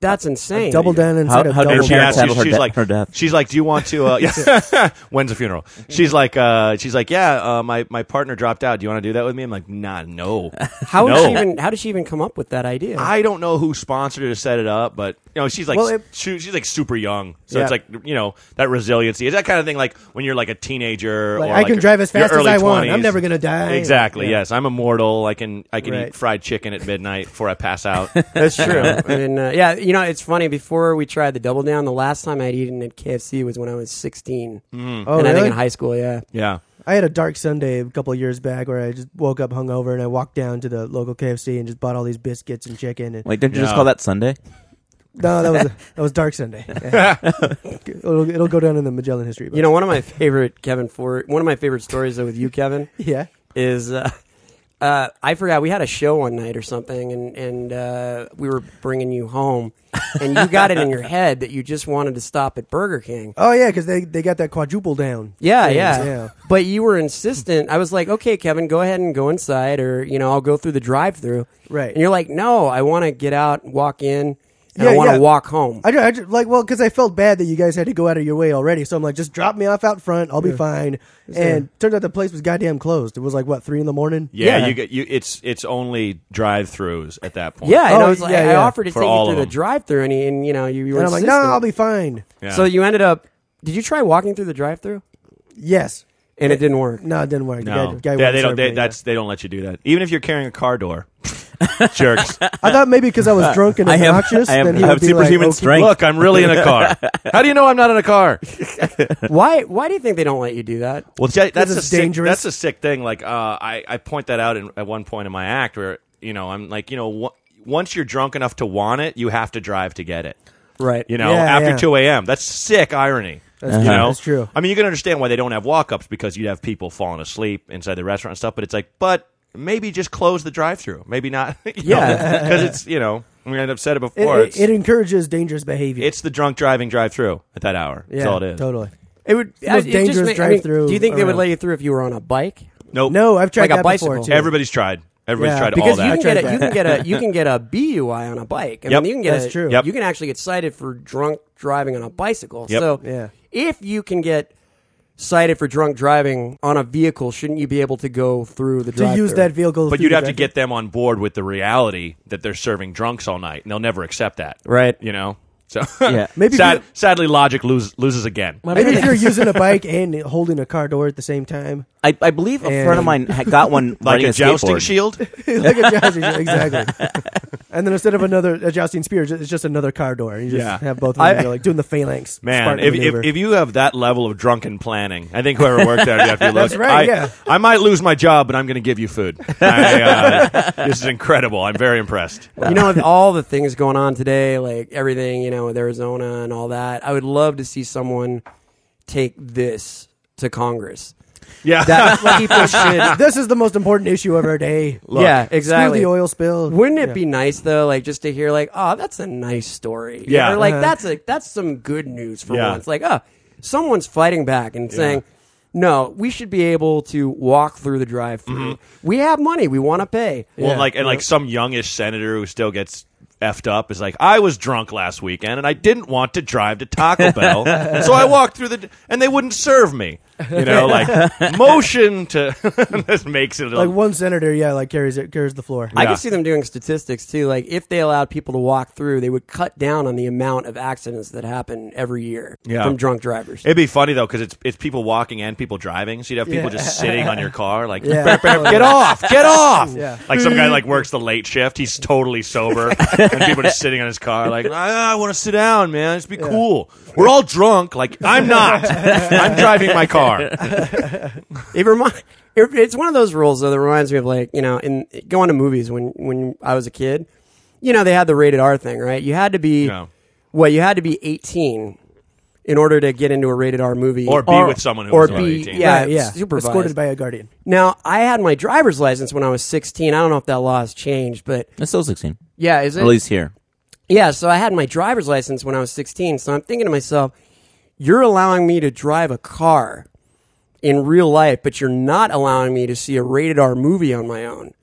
D: That's insane.
C: Double down inside of
A: how did
C: double
G: And she
A: Well,
C: down.
G: asked,
A: parents handle
G: she's,
A: her
G: she's
A: de-
G: like,
A: her death.
G: she's like, do you want to? Uh, yeah. When's the funeral? She's like, uh, she's like, yeah, uh, my my partner dropped out. Do you want to do that with me? I'm like, nah, no.
D: How did
G: No.
D: she even? How did she even come up with that idea?
G: I don't know who sponsored her to set it up, but you know, she's like,
C: Well, it-
G: she- she's like super young, so
C: Yeah.
G: it's like you know that resiliency is that kind of thing. Like when you're like a teenager,
C: Like,
G: or
C: I can drive as
G: your
C: fast as
G: early
C: I want. I'm
G: 20s.
C: never gonna die.
G: Exactly.
C: Yeah.
G: Yes, I'm immortal. I can I can
C: Right.
G: eat fried chicken at midnight before I pass out.
D: That's true. I mean, uh, yeah, you know, it's funny. Before we tried the double down, the last time I'd eaten at KFC was when I was 16,
C: Oh,
D: and I think
C: really?
D: in high school. Yeah,
G: yeah.
C: I had a dark Sunday a couple of years back where I just woke up hungover and I walked down to the local KFC and just bought all these biscuits and chicken. And
A: Wait, didn't you just
G: No.
A: call that Sunday?
C: no, that was that was dark Sunday. Yeah. it'll, it'll go down in the Magellan history. Books.
D: you know, one of my favorite Kevin Ford, one of my favorite stories though with you, Kevin,
C: yeah.
D: is uh, uh, I forgot we had a show one night or something, and and uh, we were bringing you home, and you got it in your head that you just wanted to stop at Burger King.
C: Oh yeah, because they they got that quadruple down.
D: Yeah,
C: thing,
D: yeah, But you were insistent. I was like, okay, Kevin, go ahead and go inside, or you know, I'll go through the drive-through.
C: Right.
D: And you're like, no, I want to get out, walk in, and I
C: Yeah,
D: want to
C: yeah.
D: walk home.
C: I, ju- I ju- like well because I felt bad that you guys had to go out of your way already, so I'm like, just drop me off out front. I'll be fine. And turned out the place was goddamn closed. It was like what three in the morning.
G: Yeah,
D: Yeah.
G: you get you. It's it's only drive-throughs at that point.
D: yeah, and I
C: Oh,
D: was like,
C: yeah,
D: I
C: yeah.
D: offered to
G: For
D: take
G: all
D: you through
G: of
D: the
G: them.
D: drive-through, and, he- and you know, you, you were
C: And I'm like, no,
D: insistent.
C: I'll be fine.
G: Yeah.
D: So you ended up. Did you try walking through the drive-through?
C: Yes.
D: And it didn't work.
C: No, it didn't work. The
G: no, yeah,
C: guy- guy wouldn't
G: they don't.
C: serve me,
G: They,
C: yeah.
G: that's they don't let you do that. Even if you're carrying a car door, jerks.
C: I thought maybe because I was drunk and
A: I have-
C: obnoxious,
A: I have-
C: then he
A: I have
C: would be
A: superhuman
C: like, okay.
A: strength.
G: Look, I'm really in a car. How do you know I'm not in a car?
D: Why? Why do you think they don't let you do that?
G: Well, see, that's a
C: it's
G: sick,
C: dangerous.
G: That's a sick thing. Like, uh, I I point that out in, at one point in my act where you know I'm like, you know, w- once you're drunk enough to want it, you have to drive to get it.
D: Right.
G: You know,
C: Yeah,
G: after
C: yeah.
G: 2 a.m. That's sick irony. That's,
C: true. That's true.
G: I mean, you can understand why they don't have walk ups because you'd have people falling asleep inside the restaurant and stuff, but it's like, but maybe just close the drive through. Maybe not.
D: Yeah.
G: Because it's, you know, I mean, I've said it
C: It,
G: before.
C: it-
G: it's,
C: it encourages dangerous behavior.
G: it's the drunk driving drive through at that hour.
C: yeah,
G: That's all it is.
C: Totally.
D: It would.
C: the most
D: it just
C: dangerous
D: ma- I mean,
C: drive-through
D: do you think they would
C: around.
D: let you through if you were on a bike?
G: Nope.
C: No, I've tried
D: Like a
C: that
D: bicycle.
C: before too.
G: Everybody's tried. Everybody's
C: Yeah,
G: tried all
C: because
G: that.
D: you can get a,
C: tried
D: you
C: that.
D: can get a you can get a BUI on a bike. I
G: Yep.
D: mean, you can get
C: That's
D: a,
C: true.
G: Yep.
D: You can actually get cited for drunk driving on a bicycle.
G: Yep.
D: So
C: Yeah.
D: if you can get cited for drunk driving on a vehicle, shouldn't you be able to go through the
C: to use that vehicle,
G: But
C: through
G: you'd
C: the
G: have to
C: drive-thru.
G: get them on board with the reality that they're serving drunks all night, and they'll never accept that.
D: Right.
G: You know? So,
A: Yeah.
C: Maybe if
G: Sad-
C: you-
G: sadly, logic lose, loses again.
C: Maybe if you're using a bike and holding a car door at the same time,
A: I, I believe a
C: And-
A: friend of mine had got one
G: Like
A: riding
G: a jousting
A: skateboard.
G: shield?
C: like a jousting exactly. And then instead of another a jousting spear, it's just another car door. You just
G: Yeah.
C: have both of them you're like doing the phalanx.
G: Man,
C: Spartan
G: if, if,
C: maneuver.
G: if you have that level of drunken planning, I think whoever worked there, you have to look.
C: That's right,
G: I,
C: yeah.
G: I might lose my job, but I'm going to give you food. I, uh, this is incredible. I'm very impressed.
D: you know, with all the things going on today, like everything, you know, with Arizona and all that, I would love to see someone take this to Congress.
G: Yeah.
D: That people should.
C: this is the most important issue of our day.
D: yeah,
C: Screw
D: exactly.
C: the oil spill.
D: Wouldn't it
C: Yeah.
D: be nice though, like just to hear like, oh, that's a nice story.
G: Yeah.
D: Or, like
G: Uh-huh.
D: that's a that's some good news for
G: Yeah.
D: once. Like, oh, someone's fighting back and saying, no, we should be able to walk through the drive-through. We have money. We want to pay.
G: Mm-hmm. Well, and like and like some youngish senator who still gets effed up is like, I was drunk last weekend and I didn't want to drive to Taco Bell, so I walked through the d- and they wouldn't serve me. You know, like motion to this makes it
C: like one senator? Yeah, like carries it carries the floor.
D: I
G: Yeah.
D: can see them doing statistics too. Like if they allowed people to walk through, they would cut down on the amount of accidents that happen every year
G: Yeah.
D: from drunk drivers.
G: It'd be funny though because it's it's people walking and people driving, so you'd have people just sitting on your car, like
C: Yeah.
G: "Bam, bam, get off, get off.
C: Yeah.
G: Like some guy like works the late shift, he's totally sober, and people just sitting on his car, like I, I want to sit down, man. Just be cool. We're all drunk. Like I'm not. I'm driving my car.
D: it remind, it, it's one of those rules though that reminds me of like you know in going to movies when when I was a kid, you know they had the rated R thing right. You had to be
G: Yeah.
D: well, you had to be eighteen in order to get into a rated R movie
G: Or be with someone who
D: or
G: was
D: be
G: about 18.
D: yeah
C: Right, yeah,
D: supervised.
C: escorted by a guardian.
D: now I had my driver's license when I was sixteen. I don't know if that law has changed, but
A: It's still 16.
D: yeah, is it
A: At least here.
D: yeah, so I had my driver's license when I was 16. So I'm thinking to myself, you're allowing me to drive a car in real life, but you're not allowing me to see a rated R movie on my own.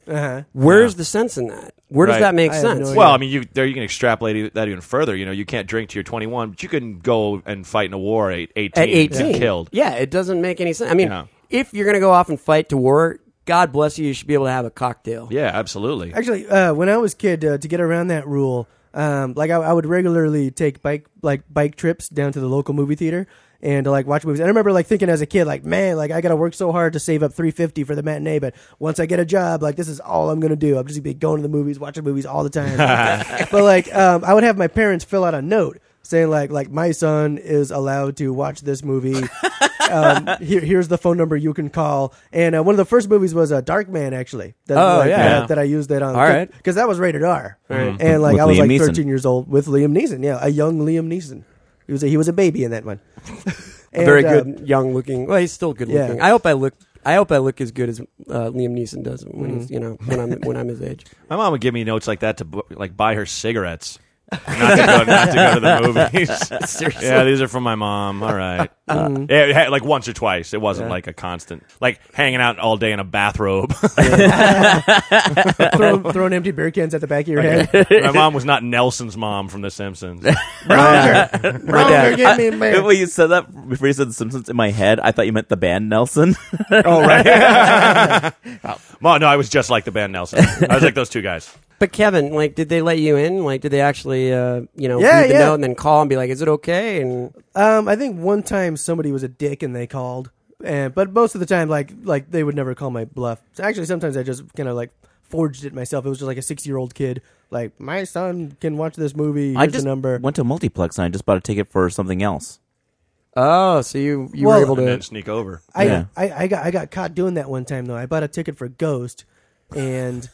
D: Where's the sense in that? Where does
G: Right.
D: that make
C: Uh-huh. I have no
D: sense?
C: idea.
G: Well, I mean, you there you can extrapolate e- that even further. You know, you can't drink till you're 21, but you can go and fight in a war at 18,
D: at 18
G: and killed.
D: Yeah, it doesn't make any sense. I mean,
G: No.
D: if you're going to go off and fight to war, God bless you, you should be able to have a cocktail.
G: Yeah, absolutely.
C: Actually, uh, when I was kid, uh, to get around that rule, um, like I, I would regularly take bike like bike trips down to the local movie theater and to, like watch movies. And I remember like thinking as a kid, like man, like I gotta work so hard to save up three fifty for the matinee, but once I get a job, like this is all I'm gonna do. I'm just gonna be going to the movies, watching movies all the time. but like, um, I would have my parents fill out a note saying like like my son is allowed to watch this movie. um, here, here's the phone number you can call. And uh, one of the first movies was uh, Dark Man, actually. That,
D: Oh,
C: like,
D: yeah.
C: uh, that I used that on.
D: All right.
C: Because that was rated R. And like
A: With
C: I was
A: Liam
C: like
A: Neeson.
C: 13 years old with Liam Neeson. Yeah, a young Liam Neeson. He was a, he was a baby in that one.
D: A very
C: And, uh,
D: good young looking. Well, he's still good
C: Yeah.
D: looking. I hope I look. I hope I look as good as uh, Liam Neeson does when
G: Mm-hmm.
D: he's you know when I'm when I'm his age.
G: My mom would give me notes like that to bu- like buy her cigarettes. not, to go, not to go to the movies. Yeah, these are from my mom. All right. Yeah, it had- like once or twice. It wasn't like a constant, like hanging out all day in a bathrobe.
C: throw, throwing empty beer cans at the back of your head.
G: my mom was not Nelson's mom from The Simpsons.
D: My dad.
E: Give me a man.
A: When you said that, before you said The Simpsons, in my head, I thought you meant the band Nelson.
G: Oh, right. Mom, no, I was just like the band Nelson. I was like those two guys.
D: But Kevin, like, did they let you in? Like, did they actually uh, you know
C: Yeah,
D: read the
C: yeah.
D: note and then call and be like, "Is it okay?" And
C: Um, I think one time somebody was a dick and they called, and but most of the time, like like they would never call my bluff. So actually, sometimes I just kind of like forged it myself. It was just like a six year old kid, like my son can watch this movie. Here's
A: I just
C: the number.
A: went to a multiplex and I just bought a ticket for something else.
D: oh, so you you
C: Well-
D: were able
G: And then
D: to.
G: sneak over.
C: I,
A: Yeah.
C: I I got I got caught doing that one time though. I bought a ticket for Ghost, and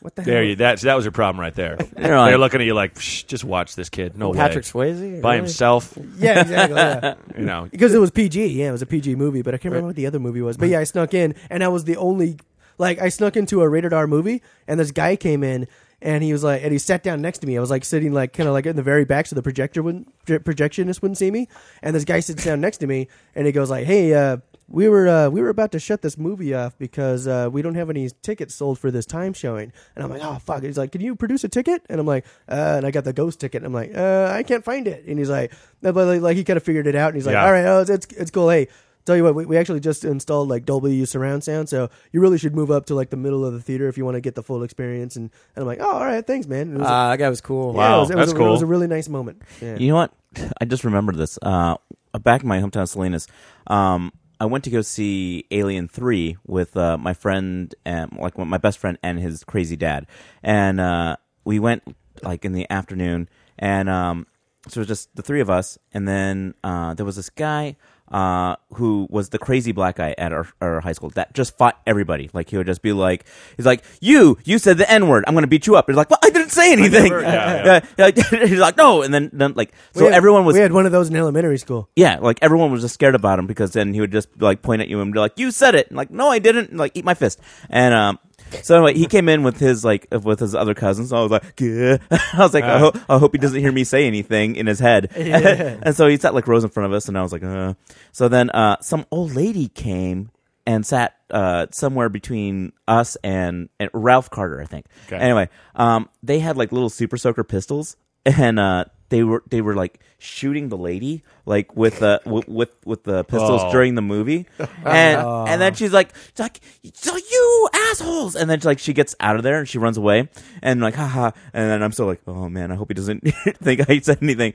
C: what the
G: There
C: hell?
G: you. That's that was your problem right there.
A: They're like-
G: They're looking at you like, Psh, just watch this kid. No
D: Patrick
G: way.
D: Swayze
G: By
D: Really?
G: himself,
C: Yeah, exactly. Yeah.
G: you know.
C: because it was PG. Yeah, it was a PG movie, but I can't remember what the other movie was. But yeah, I snuck in, and I was the only like I snuck into a rated R movie, and this guy came in, and he was like, and he sat down next to me. I was like sitting like kind of like in the very back, so the projector wouldn't pro- projectionist wouldn't see me. And this guy sits down next to me, and he goes like, "Hey, uh, we were uh, we were about to shut this movie off because uh, we don't have any tickets sold for this time showing." And I'm like, "Oh fuck!" He's like, "Can you produce a ticket?" And I'm like, uh, "And I got the ghost ticket." And I'm like, uh, "I can't find it." And he's like, but like, like he kind of figured it out, and he's like,
G: Yeah.
C: "All right, oh, it's, it's it's cool." Hey, tell you what, we, we actually just installed like Dolby surround sound, so you really should move up to like the middle of the theater if you want to get the full experience. And, and I'm like, "Oh, all right, thanks, man." And it was,
A: Ah,
D: Uh, that guy was
C: yeah, it
D: cool.
C: was-
G: wow,
C: it was
G: that's
C: a- It was
G: cool.
C: a really nice moment. Yeah.
A: You know what? I just remembered this. Uh, back in my hometown, of Salinas, um, I went to go see Alien Three with uh, my friend, and, like my best friend and his crazy dad, and uh, we went like in the afternoon, and um, so it was just the three of us, and then uh, there was this guy. Uh, who was the crazy black guy at our, our high school that just fought everybody? Like he would just be like, he's like, you, you said the n word. I'm gonna beat you up. He's like, well, I didn't say anything.
G: never- yeah, yeah.
A: Uh, he's like, no, and then, then like, so
C: We had-
A: everyone was,
C: we had one of those in elementary school.
A: yeah, like everyone was just scared about him because then he would just like point at you and be like, "You said it," and like, "No, I didn't," and, like, "Eat my fist." And um, so anyway, he came in with his like with his other cousins. So I was like, "Gah." I was like, I, ho- I hope he doesn't hear me say anything in his head. and so he sat like rows in front of us, and I was like, uh. so then uh, some old lady came and sat uh, somewhere between us and, and Ralph Carter, I think. Anyway, um, they had like little super soaker pistols, and uh, they were they were like shooting the lady like with the w- with with the pistols
G: Oh.
A: during the movie, and
D: Oh.
A: and then she's like she's like so you assholes, and then she, like she gets out of there and she runs away, and like haha, and then I'm still like oh man, I hope he doesn't think I said anything.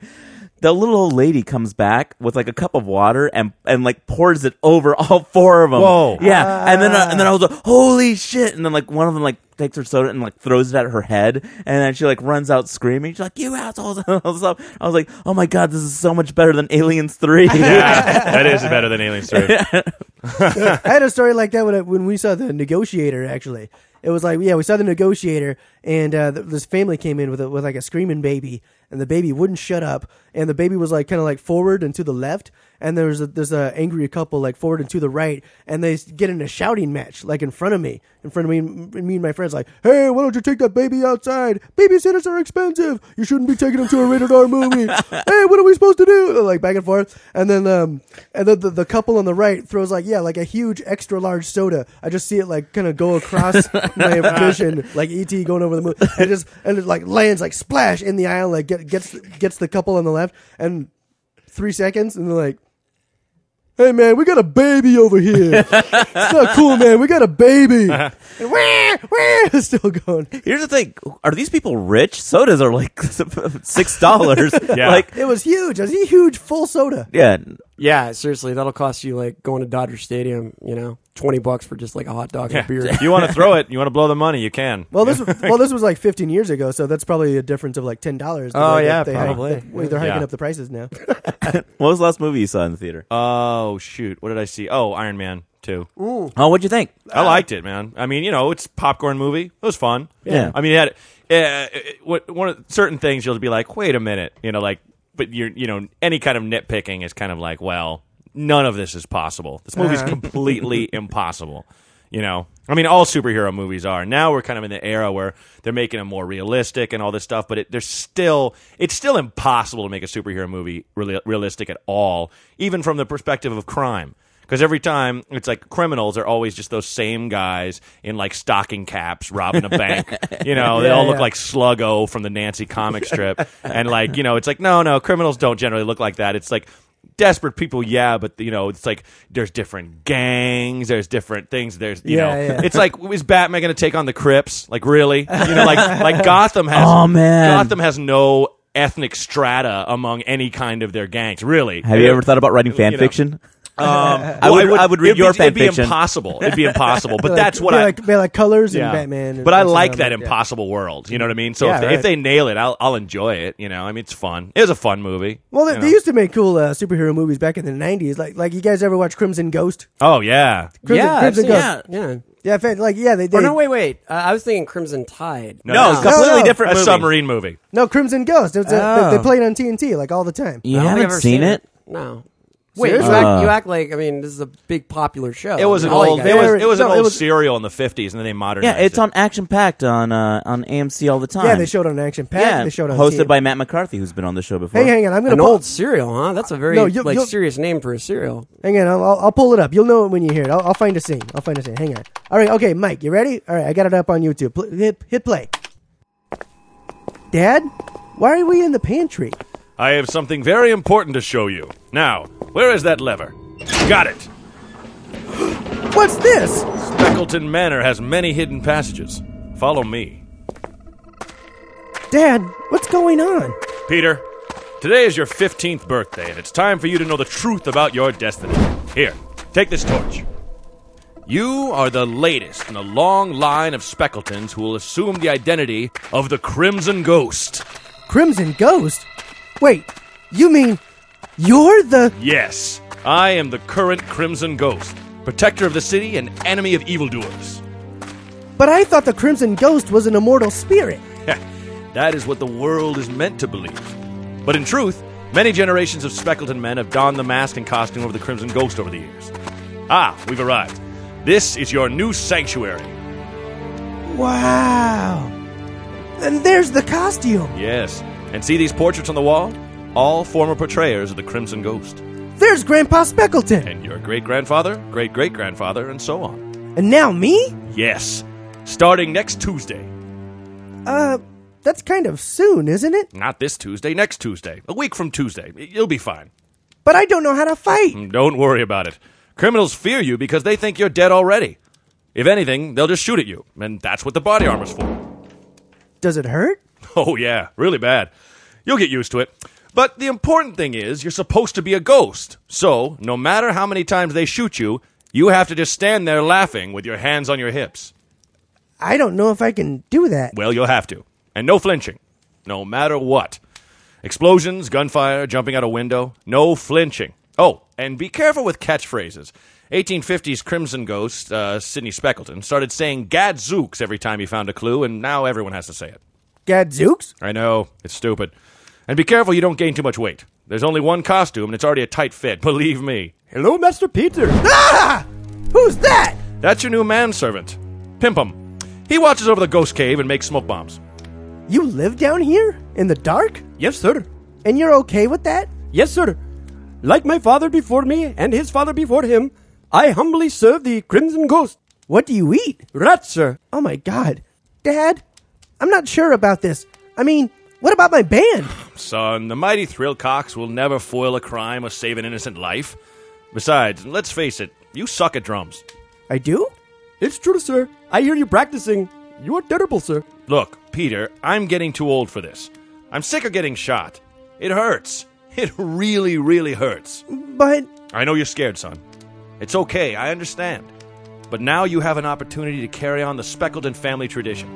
A: The little old lady comes back with like a cup of water and and like pours it over all four of them.
G: Whoa. Ah.
A: Yeah, and then uh, and then I was like, "Holy shit!" And then like one of them like takes her soda and like throws it at her head, and then she like runs out screaming. She's like, "You assholes!" And all this stuff. I was like, "Oh my god, this is so much better than Aliens 3.
G: Yeah, that is better than Alien Three.
C: I had a story like that when I, when we saw the Negotiator. Actually, it was like yeah, we saw the Negotiator, and uh, th- this family came in with a, with like a screaming baby, and and the baby wouldn't shut up, and the baby was like kind of like forward and to the left, and there's a there's a angry couple like forward and to the right, and they s- get in a shouting match like in front of me, in front of me, and me and my friends like, hey, why don't you take that baby outside? Babysitters are expensive. You shouldn't be taking them to a rated R movie. hey, what are we supposed to do? Like back and forth, and then um, and then the, the couple on the right throws like yeah, like a huge extra large soda. I just see it like kind of go across my vision, like ET going over the moon, and just and it like lands like splash in the aisle, like get, gets gets the couple on the left, and three seconds, and they're like. Hey man, we got a baby over here. it's not cool, man. We got a baby. and wah, wah, it's still going.
A: Here's the thing: Are these people rich? Sodas are like six dollars.
G: Yeah.
A: Like,
C: It was huge. It was a huge full soda.
A: yeah,
D: Yeah, seriously, that'll cost you like going to Dodger Stadium. You know, twenty bucks for just like a hot dog and a beer.
G: If you want to throw it, you want to blow the money, you can.
C: Well, this well this was like 15 years ago, so that's probably a difference of like ten dollars.
G: Oh, yeah, probably.
C: they're hiking
G: Yeah.
C: up the prices now.
A: what was the last movie you saw in the theater?
G: Oh shoot, what did I see? Oh, Iron Man two.
A: Oh, what'd you think?
G: I liked it, man. I mean, you know, it's a popcorn movie. It was fun.
A: Yeah.
G: I mean, it had uh, it- what one of certain things you'll be like, wait a minute, you know, like, but you're, you know, any kind of nitpicking is kind of like, well, none of this is possible. This movie's
C: Uh-huh.
G: completely impossible. You know, I mean, all superhero movies are now. We're kind of in the era where they're making them more realistic and all this stuff, but it, there's still it's still impossible to make a superhero movie really realistic at all, even from the perspective of crime. Because every time it's like criminals are always just those same guys in like stocking caps robbing a bank. You know, they all look
C: yeah.
G: like Sluggo from the Nancy comic strip. and like, you know, it's like, no, no, criminals don't generally look like that. It's like desperate people, yeah, but you know, it's like there's different gangs, there's different things. There's, you
C: Yeah,
G: know,
C: yeah.
G: it's like, is Batman going to take on the Crips? Like, really? You know, like, like Gotham has,
A: Oh, man.
G: Gotham has no ethnic strata among any kind of their gangs, really.
A: Have you ever thought about writing fan
G: know.
A: fiction?
G: Um,
A: I would- I would read
G: it'd be-
A: your fan
G: It'd be
A: fiction.
G: impossible. It'd be impossible. But that's what
C: Be
G: I.
C: like, be like colors
G: yeah.
C: and Batman. and
G: but I
C: stuff
G: like
C: around
G: that
C: yeah.
G: impossible world. You know what I mean? So
C: Yeah,
G: if, they,
C: right.
G: if they nail it, I'll, I'll enjoy it. You know, I mean, it's fun. It was a fun movie.
C: Well,
G: you
C: they, they
G: know.
C: used to make cool uh, superhero movies back in the '90s. Like, like you guys ever watch Crimson Ghost?
G: Oh yeah,
C: Crimson,
D: yeah, I've
C: Crimson
D: seen-
C: Ghost.
D: yeah, yeah.
C: Yeah, in fact, like yeah, they did.
D: Or no, wait, wait. Uh, I was thinking Crimson Tide.
A: No,
G: No,
A: completely
C: no, no.
A: different.
G: a
A: movie.
G: submarine movie.
C: No, Crimson Ghost. It was a,
A: Oh.
C: they, they played on TNT like all the time.
A: You
D: I don't think
A: haven't
D: I've ever
A: seen it? Uh.
D: No. Wait, you
C: Seriously?
D: act, you act like I mean this is a big popular show.
G: It was an
D: All you
G: old.
D: guys-
G: It was, it was
C: No,
G: an
C: it
G: old
C: was-
G: serial in the fifties, and then they modernized.
A: Yeah, it's
G: it.
A: on Action Packed on uh, on AMC all the time.
C: Yeah, they showed on Action Pack.
A: Yeah,
C: they showed on TNT.
A: hosted by Matt McCarthy, who's been on the show before.
C: Hey, hang on, I'm gonna
D: an
C: pull,
D: old cereal, huh? That's a very
C: No, you-
D: like
C: you'll-
D: serious name for a cereal.
C: Hang on, I'll, I'll- I'll pull it up. You'll know it when you hear it. I'll, I'll find a scene. I'll find a scene. Hang on. All right, okay, Mike, you ready? All right, I got it up on YouTube. Pl- hit, hit play. Dad, why are we in the pantry?
G: I have something very important to show you. Now, where is that lever? Got it.
C: What's this?
G: Beckleton Manor has many hidden passages. Follow me.
C: Dad, what's going on?
G: Peter, today is your 15th birthday, and it's time for you to know the truth about your destiny. Here, take this torch. You are the latest in a long line of Speckletons who will assume the identity of the Crimson Ghost.
C: Crimson Ghost? Wait, you mean you're the.
G: Yes, I am the current Crimson Ghost, protector of the city and enemy of evildoers.
C: But I thought the Crimson Ghost was an immortal spirit.
G: Heh, that is what the world is meant to believe. But in truth, many generations of Speckleton men have donned the mask and costume of the Crimson Ghost over the years. Ah, we've arrived. This is your new sanctuary.
C: Wow. And there's the costume.
G: Yes. And see these portraits on the wall? All former portrayers of the Crimson Ghost.
C: There's Grandpa Speckleton.
G: And your great grandfather, great great grandfather, and so on.
C: And now me?
G: Yes. Starting next Tuesday.
C: Uh, that's kind of soon, isn't it?
G: Not this Tuesday, next Tuesday. A week from Tuesday. You'll be fine. Mm,
C: But I don't know how to fight.
G: Don't worry about it. Criminals fear you because they think you're dead already. If anything, they'll just shoot at you, and that's what the body armor's for.
C: Does it hurt?
G: Oh, yeah, really bad. You'll get used to it. But the important thing is, you're supposed to be a ghost. So, no matter how many times they shoot you, you have to just stand there laughing with your hands on your hips.
C: I don't know if I can do that.
G: Well, you'll have to. And no flinching. No matter what. Explosions, gunfire, jumping out a window. No flinching. Oh, and be careful with catchphrases. 1850s Crimson Ghost, uh, Sidney Speckleton, started saying gadzooks every time he found a clue, and now everyone has to say it.
C: Gadzooks?
G: I know, it's stupid. And be careful you don't gain too much weight. There's only one costume, and it's already a tight fit. Believe me.
D: Hello, Master Peter. Ah!
C: Who's that?
G: That's your new manservant, Pimp him. He watches over the ghost cave and makes smoke bombs.
C: You live down here in the dark,
D: Yes, sir.
C: and you're okay with that?
D: Yes, sir. Like my father before me and his father before him, I humbly serve the Crimson Ghost.
C: What do you eat?
D: Rat, sir.
C: Oh my god, Dad, I'm not sure about this. I mean, what about my band?
G: Son, the mighty Thrillcocks will never foil a crime or save an innocent life. Besides, let's face it, you suck at drums.
C: I do.
D: It's true, sir. I hear you practicing. You are terrible, sir.
G: Look, Peter, I'm getting too old for this. I'm sick of getting shot. It hurts. It really, really hurts.
C: But
G: I know you're scared, son. It's okay, I understand. But now you have an opportunity to carry on the Speckleton family tradition.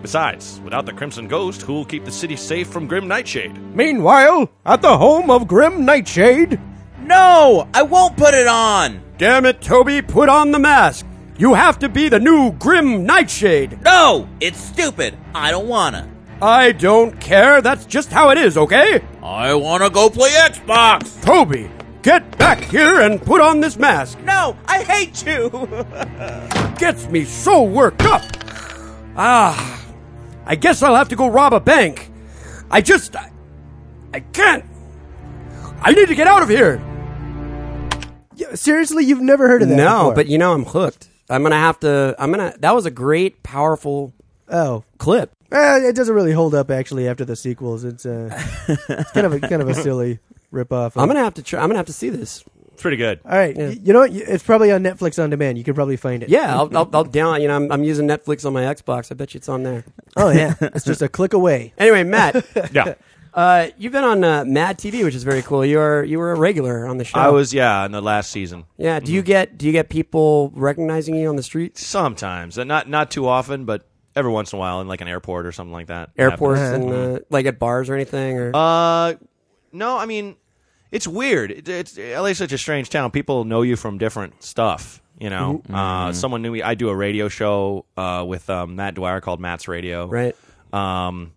G: Besides, without the Crimson Ghost, who'll keep the city safe from Grim Nightshade?
E: Meanwhile, at the home of Grim Nightshade.
A: No, I won't put it on.
D: Damn it, Toby, put on the mask. You have to be the new Grim Nightshade.
A: No, it's stupid. I don't wanna.
D: I don't care. That's just how it is, okay?
A: I wanna go play Xbox.
D: Toby, get back here and put on this mask.
A: No, I hate you.
D: gets me so worked up. Ah, I guess I'll have to go rob a bank. I just, I, I can't. I need to get out of here.
C: y- seriously, you've never heard of that?
D: No,
C: before.
D: but you know I'm hooked. I'm gonna have to. I'm gonna. That was a great, powerful
C: oh,
D: clip.
C: Eh, it doesn't really hold up actually after the sequels. It's, uh, it's kind of a kind of a silly ripoff. Of,
D: I'm gonna have to. Try, I'm gonna have to see this.
G: It's pretty good.
C: All right, y- you know what? Y- It's probably on Netflix on demand. You could probably find it.
D: Yeah, I'll, I'll, I'll down. You know, I'm, I'm using Netflix on my Xbox. I bet you it's on there.
C: Oh yeah, it's just a click away.
D: Anyway, Matt,
G: Yeah.
D: uh, you've been on uh, Mad TV, which is very cool. You are you were a regular on the show.
G: I was, yeah, in the last season.
D: Yeah. Do you
G: Mm-hmm.
D: get do you get people recognizing you on the streets?
G: Sometimes. Uh, Not not too often, but every once in a while in like an airport or something like that.
D: airports
G: Happens.
D: and uh, like at bars or anything or
G: Uh, no, I mean, it's weird. It, it's LA's such a strange town. People know you from different stuff. You know,
D: Mm-hmm.
G: uh, someone knew me. I do a radio show uh, with um, Matt Dwyer called Matt's Radio.
D: right
G: Um,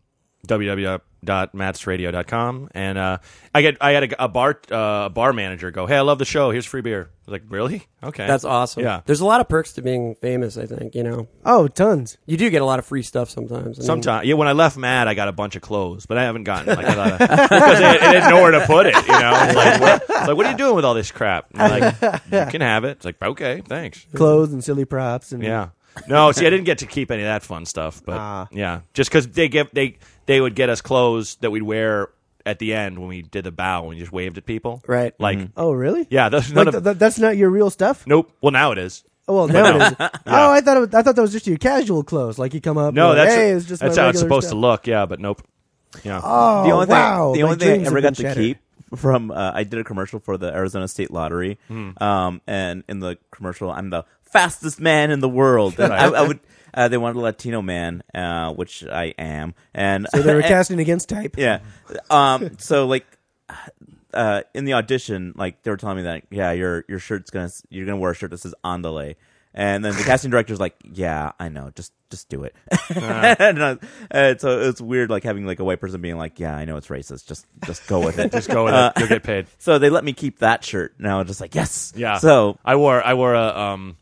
G: www.mattsradio.com and uh, I get I had a, a bar uh, a bar manager go, hey, I love the show. Here's free beer. I was like, really? Okay,
D: that's awesome
G: Yeah.
D: there's a lot of perks to being famous i think you know
C: Oh, tons.
D: you do get a lot of free stuff sometimes I mean,
G: Sometimes, yeah. When I left Mad, I got a bunch of clothes, but I haven't gotten like I thought because I, I didn't know where to put it. You know, it's like, what, it's like, what are you doing with all this crap? And they're like, you can have it. It's like, okay, thanks.
C: Clothes and silly props and
G: Yeah. No, see, I didn't get to keep any of that fun stuff, but yeah, just because they give they they would get us clothes that we'd wear at the end when we did the bow and we just waved at people,
D: Right.
G: Like,
C: Oh, really?
G: yeah, those none
C: Like
G: of
C: th- th- that's not your real stuff.
G: nope. Well, now it is.
C: Oh, well, now it is. Oh, I thought it was, I thought that was just your casual clothes. Like you come up.
G: No,
C: you're like,
G: that's
C: hey, it's just
G: that's
C: my
G: how it's
C: regular
G: supposed
C: stuff.
G: to look. Yeah, but nope. Yeah.
C: Oh,
A: the only
C: wow.
A: thing, the
C: My
A: only thing I
C: dreams
A: ever
C: have
A: got
C: been
A: to
C: shattered.
A: keep from uh, I did a commercial for the Arizona State Lottery, um, and in the commercial, I'm the fastest man in the world. And I, I would. Uh, they wanted a Latino man, uh, which I am, and
C: So they were
A: and-
C: casting against type.
A: yeah. Um. So like, uh, in the audition, like they were telling me that yeah, your your shirt's gonna you're gonna wear a shirt that says Andale, and then the casting director's like, yeah, I know, just just do it.
G: Uh-huh.
A: and, I- and so it's weird, like having like a white person being like, yeah, I know it's racist, just just go with it. Uh,
G: Just go with it. You'll get paid.
A: so they let me keep that shirt, and I was just like, yes.
G: Yeah.
A: So
G: I wore I wore a um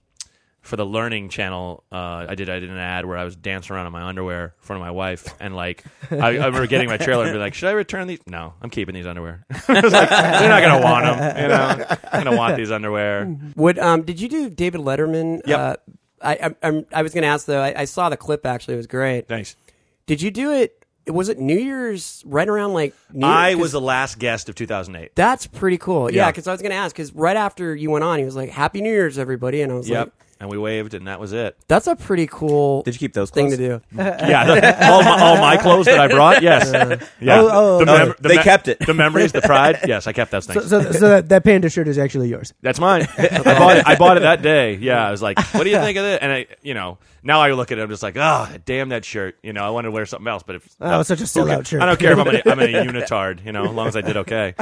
G: for the learning channel. Uh, I did I did an ad where I was dancing around in my underwear in front of my wife, and like I, I remember getting my trailer and be like, "Should I return these? No, I'm keeping these underwear. I was like, They're not gonna want them. You know, I'm gonna want these underwear.
D: would um did you do david letterman
G: Yep.
D: uh, I, I'm, I'm, I was going to ask though. I, I saw the clip. Actually, it was great.
G: Thanks.
D: Did you do it? Was it New Year's right around like? New
G: I
D: 'cause
G: was the last guest of 2008.
D: That's pretty cool. Yeah,
G: Yeah.
D: because I was going to ask. Because right after you went on, he was like, "Happy New Year's, everybody," and I was
G: Yep.
D: like,
G: And we waved, and that was it.
D: "That's a pretty cool
A: did you keep those
D: thing
A: clothes?
D: to do."
G: Yeah, the- all, my, all my clothes that I brought. Yes, yeah.
C: Oh, oh,
G: the
A: oh. They kept it.
G: The memories, the pride. Yes, I kept those things.
C: So, so, so that, that panda shirt is actually yours.
G: That's mine. I bought it. I bought it that day. Yeah, I was like, "What do you think of this?" And I, you know, now I look at it, I'm just like, "Ah, damn that shirt." You know, I wanted to wear something else, but if
C: Oh, it's such a
G: who ca-
C: sellout shirt.
G: I don't care if I'm in a, I'm in a unitard. You know, as long as I did okay.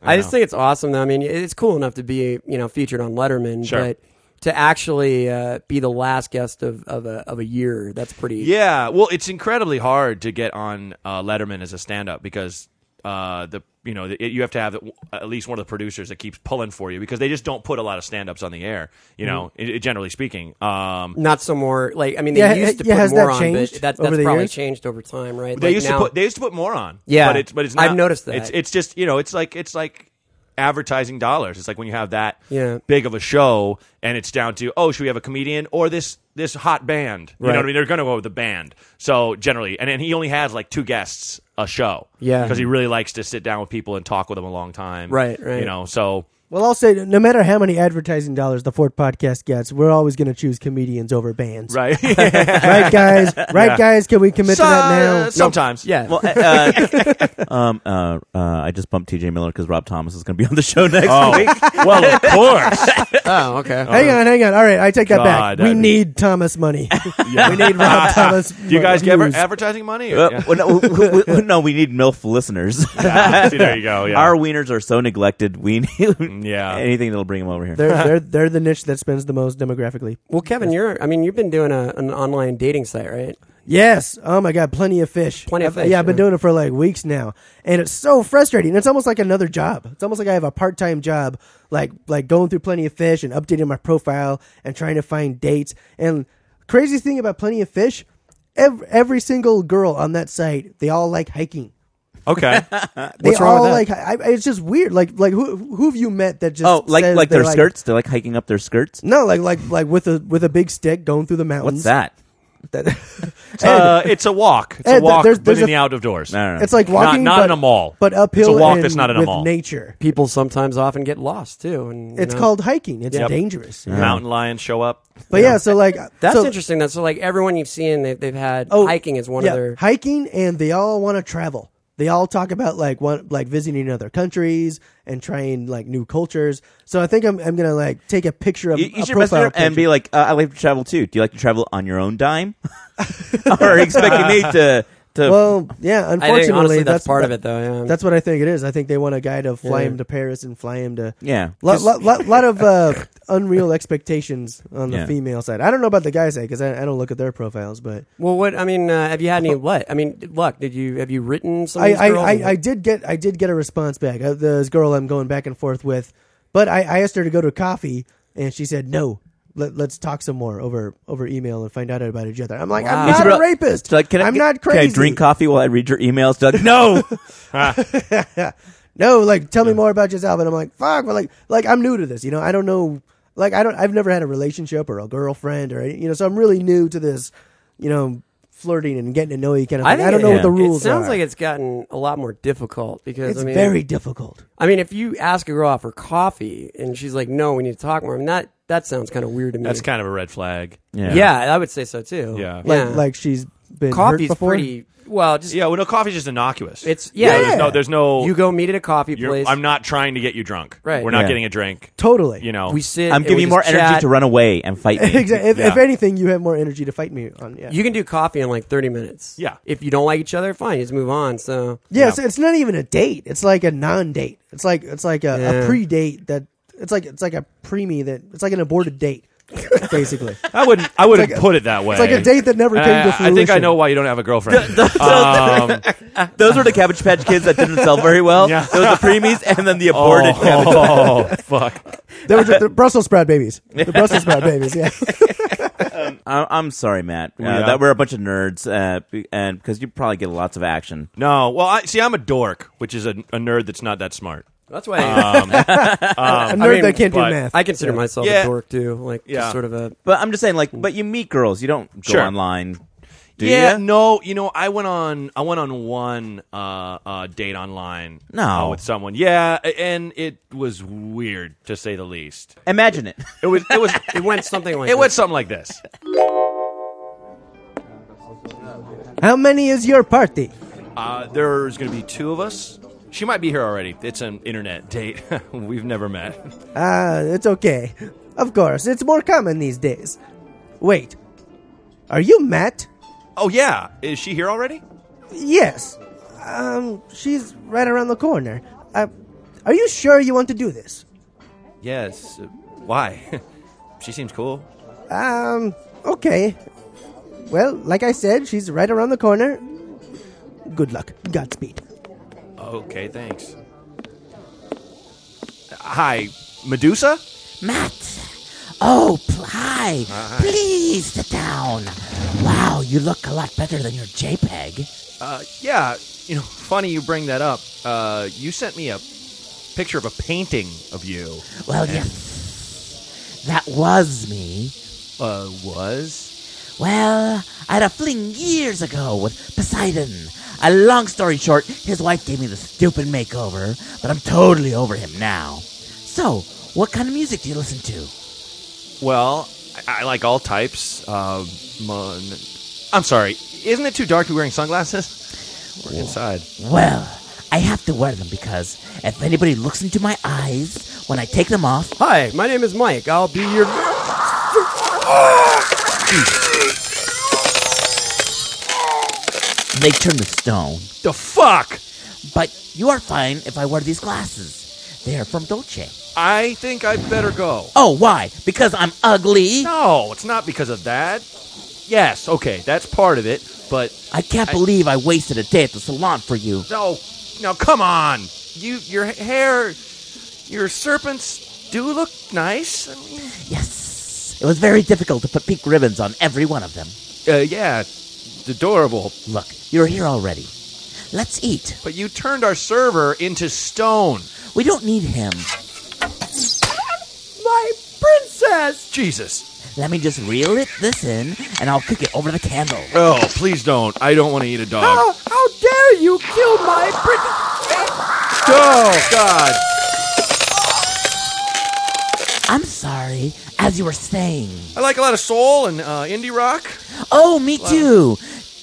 D: I just think it's awesome. Though. I mean, it's cool enough to be you know featured on Letterman,
G: Sure.
D: but to actually uh, be the last guest of, of a of a year, that's pretty.
G: Yeah, well, it's incredibly hard to get on uh, Letterman as a stand-up because uh, the you know the, you have to have at least one of the producers that keeps pulling for you because they just don't put a lot of stand-ups on the air. You know, i- generally speaking. Um,
D: Not so more like I mean they
C: Yeah,
D: used to
C: yeah,
D: put
C: has
D: more
C: that
D: on,
C: changed
D: but that's,
C: over
D: that's
C: the
D: probably
C: years?
D: changed over time, right?
G: They
D: Like
G: used
D: now-
G: to put they used to put more on.
D: Yeah.
G: but it's but it's not.
D: I've noticed that.
G: It's it's just you know it's like it's like advertising dollars. It's like when you have that
D: Yeah.
G: big of a show and it's down to oh should we have a comedian or this this hot band? You know
D: Right.
G: what I mean? They're going to go with the band. So generally, and then he only has like two guests a show.
D: Yeah.
G: because he really likes to sit down with people and talk with them a long time.
D: Right, right.
G: You know, so
C: Well, I'll say no matter how many advertising dollars the Ford podcast gets, we're always going to choose comedians over bands.
G: right.
C: Right, guys? Right,
G: Yeah. uh,
C: guys? Can we commit to that now?
G: Sometimes,
D: uh, Yeah.
A: Well, uh, um, uh, uh, I just bumped T.J. Miller because Rob Thomas is going to be on the show next week.
G: Oh.
A: Uh,
G: well, of course.
D: Oh, okay.
C: Hang on, hang on. All right, I take that
G: God,
C: back. We
G: I-
C: need Thomas money. we need Rob Thomas.
G: Do you guys get
C: views.
G: advertising money? or-
A: Uh,
G: Yeah.
A: well, no, w- w- w- no, we need MILF listeners.
G: See, there you go. Yeah.
A: Our wieners are so neglected. We need
G: Yeah.
A: anything that'll bring them over here.
C: They're, they're, they're the niche that spends the most demographically.
D: Well, Kevin, you're I mean you've been doing a, an online dating site, right?
C: Yes. Oh my God, plenty of fish.
D: Plenty of
C: I've-
D: fish,
C: Yeah, I've been
D: yeah.
C: doing it for like weeks now, and it's so frustrating. It's almost like another job. It's almost like I have a part-time job, like like going through plenty of fish and updating my profile and trying to find dates. And crazy thing about plenty of fish, every, every single girl on that site, they all like hiking.
G: Okay.
C: They
D: What's wrong
C: all
D: with that?
C: like. hi- I, it's just weird. Like like who who have you met that just
A: oh, like
C: says
A: like
C: they're
A: their skirts? They're like hiking up their skirts.
C: No, like like like with a with a big stick going through the mountains.
A: What's that?
G: uh, it's a walk. It's
C: Mm-hmm. Ed,
G: a walk,
C: there's- there's
G: but in
C: a-
G: the out of doors.
A: I don't know.
C: It's like
G: Not-
C: walking,
G: not
C: but,
G: in a mall.
C: but uphill.
G: It's a walk
C: and
G: that's not in a
C: with
G: mall.
C: Nature.
D: People sometimes often get lost too, and you
C: It's
D: know.
C: called hiking. It's dangerous.
G: mountain lions show up.
C: But yeah, so like
D: That's
C: so, Oh,
D: interesting. That's so like everyone you've seen, they've, they've had hiking is one
C: yeah,
D: of their.
C: hiking, and they all want to travel. They all talk about like one like visiting other countries and trying like new cultures. So I think I'm I'm gonna like take a picture of
A: You,
C: Um, a
A: you should message
C: profile
A: them and be like, uh, "I like to travel too. Do you like to travel on your own dime, or are you expecting me to to?"
C: well, yeah.
D: I think
C: Unfortunately,
D: honestly
C: that's
D: that's part of it, though. Yeah.
C: That's what I think it is. I think they want a guy to fly him to Paris and fly him to
A: Yeah.
C: lot lot, lot, lot of uh, unreal expectations on the
A: Yeah.
C: female side. I don't know about the guy side because I, I don't look at their profiles, but
D: well, what I mean, uh, have you had any luck? I mean, luck? Did you have you written some? Of
C: Uh-huh. I,
D: these
C: I,
D: girls?
C: I, I did get I did get a response back. Uh, this girl I'm going back and forth with, but I, I asked her to go to coffee and she said no. Let, let's talk some more over over email and find out about each other. I'm like, I'm
D: Wow.
A: It's
C: not
A: real-
C: a rapist.
A: It's like, can I,
C: I'm
A: get-
C: not crazy.
A: Can I drink coffee while I read your emails? Doug? no.
C: no, like tell me more about yourself. And I'm like, fuck, but like, like I'm new to this, you know. I don't know, like I don't, I've never had a relationship or a girlfriend or any- you know, so I'm really new to this, you know, flirting and getting to know you kind of. Thing. I,
D: think
C: don't
D: it-
C: know what the
D: it
C: rules
D: sounds
C: are.
D: like it's gotten a lot more difficult because
C: it's
D: I mean,
C: very difficult.
D: I mean, if you ask a girl out for coffee and she's like, "No, we need to talk more," I mean, that that sounds kind of weird to me.
G: That's kind of a red flag.
A: Yeah.
D: yeah, I would say so too.
G: Yeah.
C: Like, like she's been hurt
D: coffee's
C: before.
D: pretty well. Just
G: Yeah, well, no, coffee's just innocuous.
D: it's yeah.
G: There's no, there's no.
D: you go meet at a coffee
G: you're-
D: place.
G: I'm not trying to get you drunk.
D: Right.
G: We're not
A: Yeah.
G: getting a drink.
C: Totally.
G: You know.
D: We sit.
A: I'm
D: and
A: giving
D: we
A: you more
D: just
A: energy
D: chat.
A: to run away and fight me.
C: Exactly. If, if
G: Yeah.
C: anything, you have more energy to fight me on. Yeah.
D: You can do coffee in like 30 minutes.
G: Yeah.
D: If you don't like each other, fine, you just move on. So
C: yeah. So it's not even a date. It's like a non-date. It's like it's like a,
D: Yeah.
C: a pre-date that it's like it's like a preemie that it's like an aborted date, basically.
G: I wouldn't. I wouldn't put it that way.
C: It's like a date that never
G: Uh,
C: came to fruition.
G: I think I know why you don't have a girlfriend. um,
A: Those were the Cabbage Patch Kids that didn't sell very well.
G: Yeah.
A: Those are the preemies and then the aborted Cabbage Patch.
G: oh fuck!
C: They were just the Brussels sprout babies. The Brussels sprout babies. Yeah.
A: I- I'm sorry, Matt. Uh,
G: Yeah.
A: That we're a bunch of nerds, uh, be- and because you probably get lots of action.
G: No. Well, I see. I'm a dork, which is a, a nerd that's not that smart. Um,
D: that's why I,
C: A nerd
D: mean,
C: that can't do
G: but
C: math.
D: I consider myself
G: Yeah.
D: a dork too. Like,
G: Yeah.
D: just sort of a.
A: But I'm just saying, like, but you meet girls, you don't go
G: Sure.
A: online. Do
G: yeah,
A: ya?
G: no, you know, I went on, I went on one uh, uh, date online,
A: No.
G: uh, with someone, yeah, a- and it was weird to say the least.
A: Imagine it.
G: It was, it was,
D: It went something like
G: it
D: this.
G: went something like this.
C: How many is your party?
G: Uh, there's going to be two of us. She might be here already. It's an internet date. We've never met.
C: Ah, it's okay. Of course, it's more common these days. Wait, are you Matt?
G: Oh yeah, is she here already?
C: Yes. Um, she's right around the corner. Uh, are you sure you want to do this?
G: Yes. Uh, Why? she seems cool.
C: Um, okay. Well, like I said, she's right around the corner. Good luck. Godspeed.
G: Okay, thanks. Hi, Medusa?
F: Matt. Oh, pl- hi.
G: Uh,
F: Please sit down. Wow, you look a lot better than your JPEG.
G: Uh, yeah, you know, funny you bring that up. Uh, you sent me a picture of a painting of you.
F: Well, yes. That was me.
G: Uh, was?
F: Well, I had a fling years ago with Poseidon. A long story short, his wife gave me the stupid makeover, but I'm totally over him now. So, what kind of music do you listen to?
G: Well, I, I like all types. Uh, mon- I'm sorry, isn't it too dark you wearing sunglasses? Work inside.
F: Well, I have to wear them because if anybody looks into my eyes when I take them off,
D: Hi, my name is Mike. I'll be your.
F: they turn to stone.
G: The fuck?
F: But you are fine if I wear these glasses. They are from Dolce.
G: I think I'd better go.
F: Oh, why? Because I'm ugly?
G: No, it's not because of that. Yes, okay, that's part of it, but
F: I can't
G: I-
F: believe I wasted a day at the salon for you.
G: no, no, come on. You, your hair, your serpents do look nice. I mean,
F: Yes. It was very difficult to put pink ribbons on every one of them.
G: uh, yeah, adorable.
F: Look, you're here already. Let's eat.
G: But you turned our server into stone.
F: We don't need him.
G: My princess! Jesus.
F: Let me just reel it this in, and I'll cook it over the candle.
G: Oh, please don't. I don't want to eat a dog.
D: how dare you kill my princess?
G: Oh, God.
F: I'm sorry, as you were saying.
G: I like a lot of soul and uh, indie rock.
F: Oh, me too.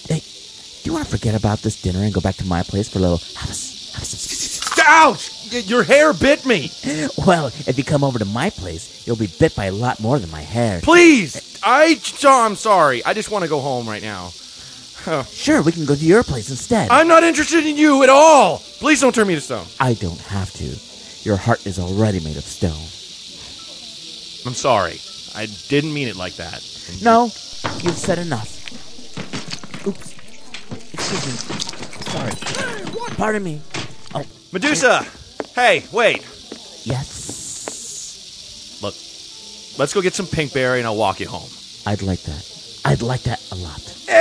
F: Hey, do you want to forget about this dinner and go back to my place for a little? Have a, s- have a s-
G: Ouch! Y- Your hair bit me.
F: Well, if you come over to my place, you'll be bit by a lot more than my hair.
G: Please. I, oh, I'm sorry. I just want to go home right now.
F: Sure, we can go to your place instead.
G: I'm not interested in you at all. Please don't turn me to stone.
F: I don't have to. Your heart is already made of stone.
G: I'm sorry. I didn't mean it like that.
F: No, you've said enough. Oops. Excuse me. Sorry. Pardon me. Oh,
G: Medusa. Hey, wait.
F: yes.
G: Look. Let's go get some pink berry and I'll walk you home.
F: I'd like that. I'd like that a lot.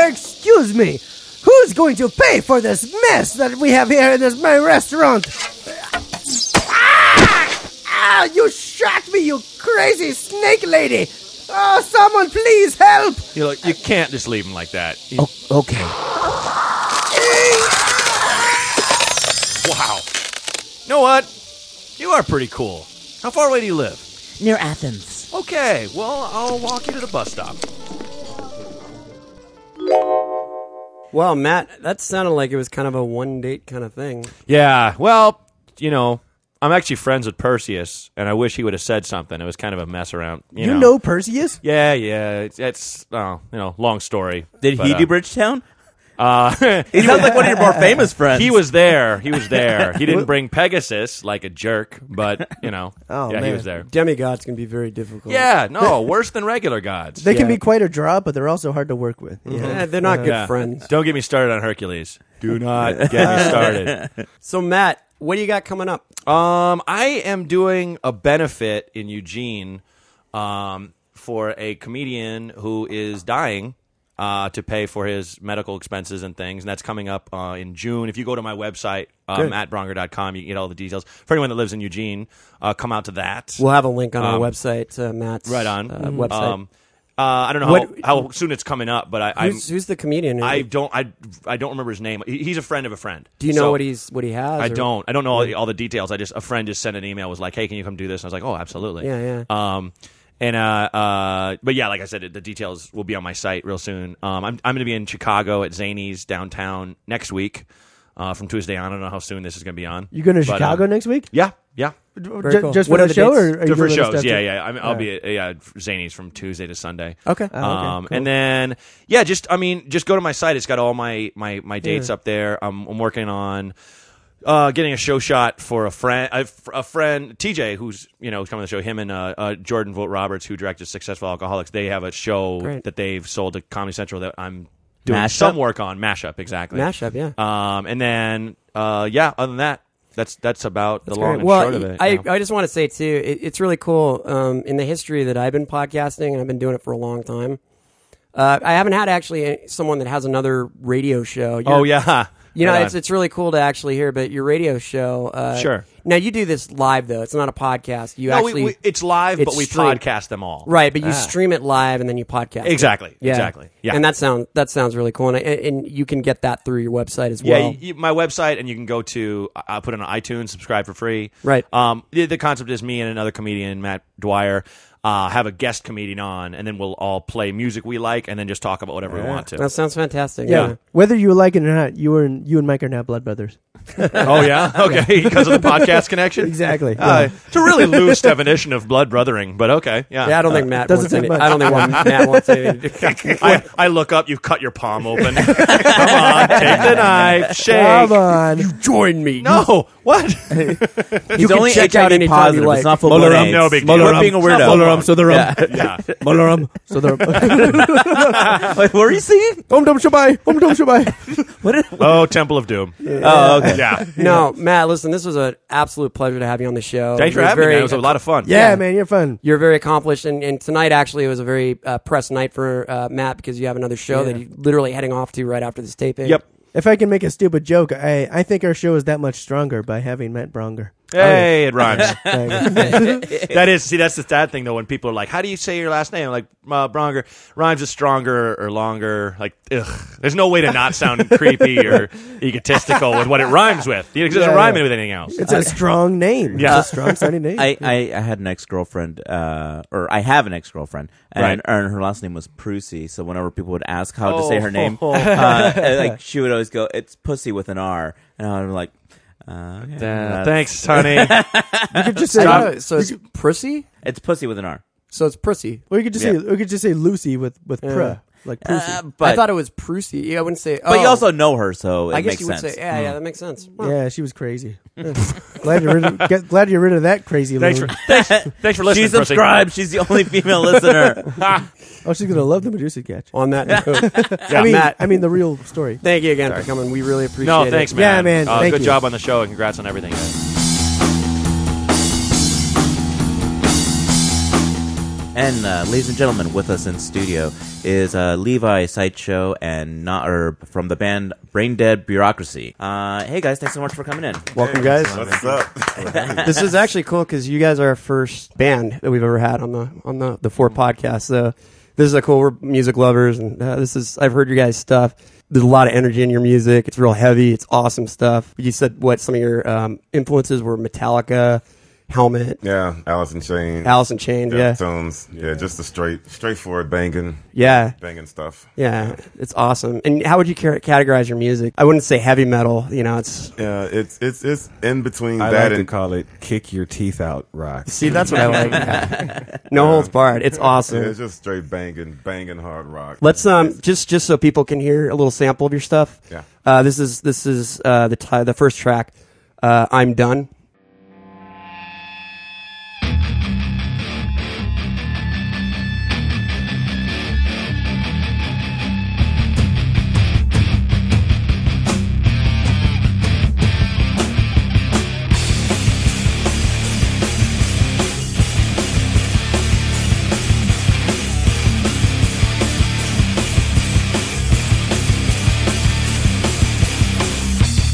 C: Excuse me. Who's going to pay for this mess that we have here in this my restaurant? Ah! ah! You shot me, you crazy snake lady! Oh, someone please help!
G: You're like, you can't just leave him like that. You-
F: Oh, okay.
G: Wow. You know what? You are pretty cool. How far away do you live?
F: Near Athens.
G: Okay, well, I'll walk you to the bus stop.
D: Well, Matt, that sounded like it was kind of a one date kind of thing.
G: Yeah, well, you know, I'm actually friends with Perseus, and I wish he would have said something. It was kind of a mess around. You,
C: You, know. Perseus?
G: Yeah, yeah. It's, it's oh, you know, long story.
A: Did
G: But,
A: he
G: uh,
A: do Bridgetown?
G: Uh,
A: He sounds like one of your more famous friends.
G: he was there. He was there. He didn't bring Pegasus like a jerk, but you know,
C: Oh,
G: yeah, he
C: man.
G: was there.
D: Demigods can be very difficult.
G: Yeah, no, worse than regular gods.
C: They can
D: Yeah.
C: be quite a draw, but they're also hard to work with. Yeah.
D: Eh, they're not good
G: Yeah.
D: friends.
G: Don't get me started on Hercules. Do not get me started.
D: So, Matt, what do you got coming up?
G: Um, I am doing a benefit in Eugene, um, for a comedian who is dying, uh, to pay for his medical expenses and things, and that's coming up uh, in June. If you go to my website, uh, mattbronger.com, you can get all the details. For anyone that lives in Eugene, uh, come out to that.
D: We'll have a link on our
G: Um,
D: website, uh, Matt's
G: right on
D: uh, website.
G: Um, uh, I don't know
D: What-
G: how, how soon it's coming up, but I, I'm,
D: who's, who's the comedian? who-
G: I don't I I don't remember his name. He- He's a friend of a friend.
D: do you know
G: So-
D: what he's what he has?
G: I
D: or-
G: don't. I don't know all the, all the details. I just a friend just sent an email was like, "Hey, can you come do this?" And I was like, "Oh, absolutely."
D: Yeah,
G: yeah. Um, and uh, uh, but yeah, like I said, the details will be on my site real soon. Um, I'm I'm going to be in Chicago at Zany's downtown next week, uh, from Tuesday on. I don't know how soon this is going to be on.
C: You going to
G: But, uh,
C: Chicago next week?
G: Yeah, yeah.
C: Ju-
D: cool.
C: Just for
D: What are
C: the,
D: the
C: show,
D: dates?
C: or are you
G: Different
C: doing other
G: shows.
C: stuff
G: Yeah,
C: too?
G: yeah. I mean, I'll be at, yeah Zany's from Tuesday to Sunday.
D: Okay. Oh, okay,
G: um, and then yeah, just I mean, just go to my site. It's got all my my my dates up there. Um, I'm, I'm working on uh, getting a show shot for a friend, a, a friend TJ, who's you know coming to the show. Him and uh, uh, Jordan Vote Roberts, who directed Successful Alcoholics, they have a show that they've sold to Comedy Central that I'm doing
D: Mashup?
G: some work on mashup exactly
D: Mashup, yeah.
G: Um, and then uh, yeah, other than that, that's that's about the long
D: Great.
G: and
D: well,
G: short of it.
D: I,
G: yeah.
D: I just want to say too, it, it's really cool. Um, in the history that I've been podcasting, and I've been doing it for a long time. Uh, I haven't had actually a- someone that has another radio show. You're-
G: oh yeah,
D: you know
G: Right
D: it's
G: on.
D: it's really cool to actually hear. But your radio show, uh,
G: Sure.
D: Now you do this live though; it's not a podcast. You
G: No, we-
D: actually
G: we- it's live,
D: it's
G: but we
D: streamed.
G: podcast them all. Ah.
D: Right, but you stream it live and then you podcast. it.
G: Exactly, exactly. Yeah.
D: and that sound that sounds really cool, and, and you can get that through your website as
G: Yeah,
D: well.
G: y y- my website, and you can go to. I I put it on iTunes, subscribe for free.
D: Right.
G: Um, the, the concept is me and another comedian, Matt Dwyer, uh, have a guest comedian on, and then we'll all play music we like, and then just talk about whatever we want to.
D: that sounds fantastic.
C: Yeah.
D: yeah.
C: Whether you like it or not, you were you and Mike are now blood brothers.
G: oh yeah, okay, because of the podcast connection.
C: Exactly.
G: Uh, it's a really loose definition of blood brothering, but okay. Yeah. Uh,
D: Yeah, I don't think Matt
C: doesn't
D: wants
C: take
D: any,
C: much.
D: I don't think one- Matt wants anything to do.
G: I, I look up, you've cut your palm open. Come on, take the knife, shake.
C: Come on.
D: Join me.
G: No, what?
A: He's
D: can
A: only
D: check out
A: HIV
D: anytime
A: positive.
D: you like.
A: It's not full blood
G: Molarum,
A: AIDS.
G: no big deal.
A: Quit being a
G: It's not
A: weirdo.
G: full blood.
E: so the rum. Yeah.
G: yeah.
E: Molarum, so the rum.
A: Wait, what are you saying?
E: Om Dom Shabai, Om Dom Shabai.
A: What? Is,
G: Oh, Temple of Doom.
A: Oh, okay.
G: Yeah.
D: No, Matt, listen, this was an absolute pleasure to have you on the show.
G: Thanks for
D: You're
G: having me.
D: very-
G: man. It was a lot of fun.
C: Yeah, man, you're fun.
D: You're very accomplished, and, and tonight actually was a very uh, press night for uh, Matt because you have another show that you're literally heading off to right after this taping.
G: Yep.
C: If I can make a stupid joke, I, I think our show is that much stronger by having Matt Bronger. Oh,
G: Hey, it rhymes.
C: Like,
G: that is, see, that's the sad thing though. When people are like, "How do you say your last name?" Like uh, Bronger rhymes is stronger or longer. Like, ugh, there's no way to not sound creepy or egotistical with what it rhymes with. It doesn't
C: Yeah,
G: rhyme
C: yeah.
G: with anything else. Uh,
C: it's a strong name.
G: Yeah.
C: It's a strong sounding name.
A: I, I, I had an ex girlfriend, uh, or I have an ex girlfriend, and,
G: Right.
A: and her last name was Prusi. So whenever people would ask how to say
G: Oh.
A: her name, uh, and, like she would always go, "It's pussy with an R," and I'm like, uh, okay,
G: Uh,
A: that's-
G: thanks, honey.
C: could just
D: I
C: say,
D: don't know, so it's Prissy?
A: It's pussy with an R.
D: So it's Prissy.
C: or you could just say, or you could just say Lucy with with pruh, like Prusi.
A: Uh, but
D: I thought it was Prissy. Yeah, I wouldn't say.
A: but
D: oh.
A: you also know her, so it
D: I guess
A: makes
D: you would
A: sense.
D: say. Yeah,
G: Hmm.
D: yeah, that makes sense. Wow.
C: yeah, she was crazy. glad you're rid of, get, glad you're rid of that crazy.
G: thanks for
C: loon.
G: thanks, thanks for listening.
A: she
G: Prissy.
A: subscribed. She's the only female listener.
C: oh, she's gonna love the Medusa catch.
D: On that note,
C: I mean,
D: Matt.
C: I mean the real story.
D: thank you again for coming. We really appreciate
G: No,
D: it.
G: thanks, man.
C: Yeah, man,
G: Uh,
C: thank
G: good
C: you.
G: job on the show, and congrats on everything.
A: And uh, ladies and gentlemen, with us in studio is uh, Levi Sideshow and not or from the band Brain Dead Bureaucracy. Uh, hey guys, thanks so much for coming in.
D: Welcome, guys.
B: What's up?
D: this is actually cool because you guys are our first band that we've ever had on the on the the
H: Mm-hmm.
D: four podcasts. So this is a cool. We're music lovers, and uh, this is I've heard your guys' stuff. There's a lot of energy in your music. It's real heavy. It's awesome stuff. You said what some of your um, influences were: Metallica, Helmet,
I: Yeah, Alice in Chains.
D: Alice in Chains. Yeah,
I: Deftones. Yeah. just the straight, straightforward banging,
D: yeah,
I: banging stuff.
D: yeah. It's awesome. And how would you car- categorize your music? I wouldn't say heavy metal. You know, it's
I: Yeah, it's it's it's in between
H: I
I: that
H: like to
I: and
H: call it "kick your teeth out" rock.
D: see, that's what I like. no holds barred. It's
I: yeah,
D: awesome.
I: it's just straight banging, banging hard rock.
D: Let's um just just so people can hear a little sample of your stuff.
I: Yeah.
D: Uh, this is this is uh, the ti the first track. Uh, I'm done.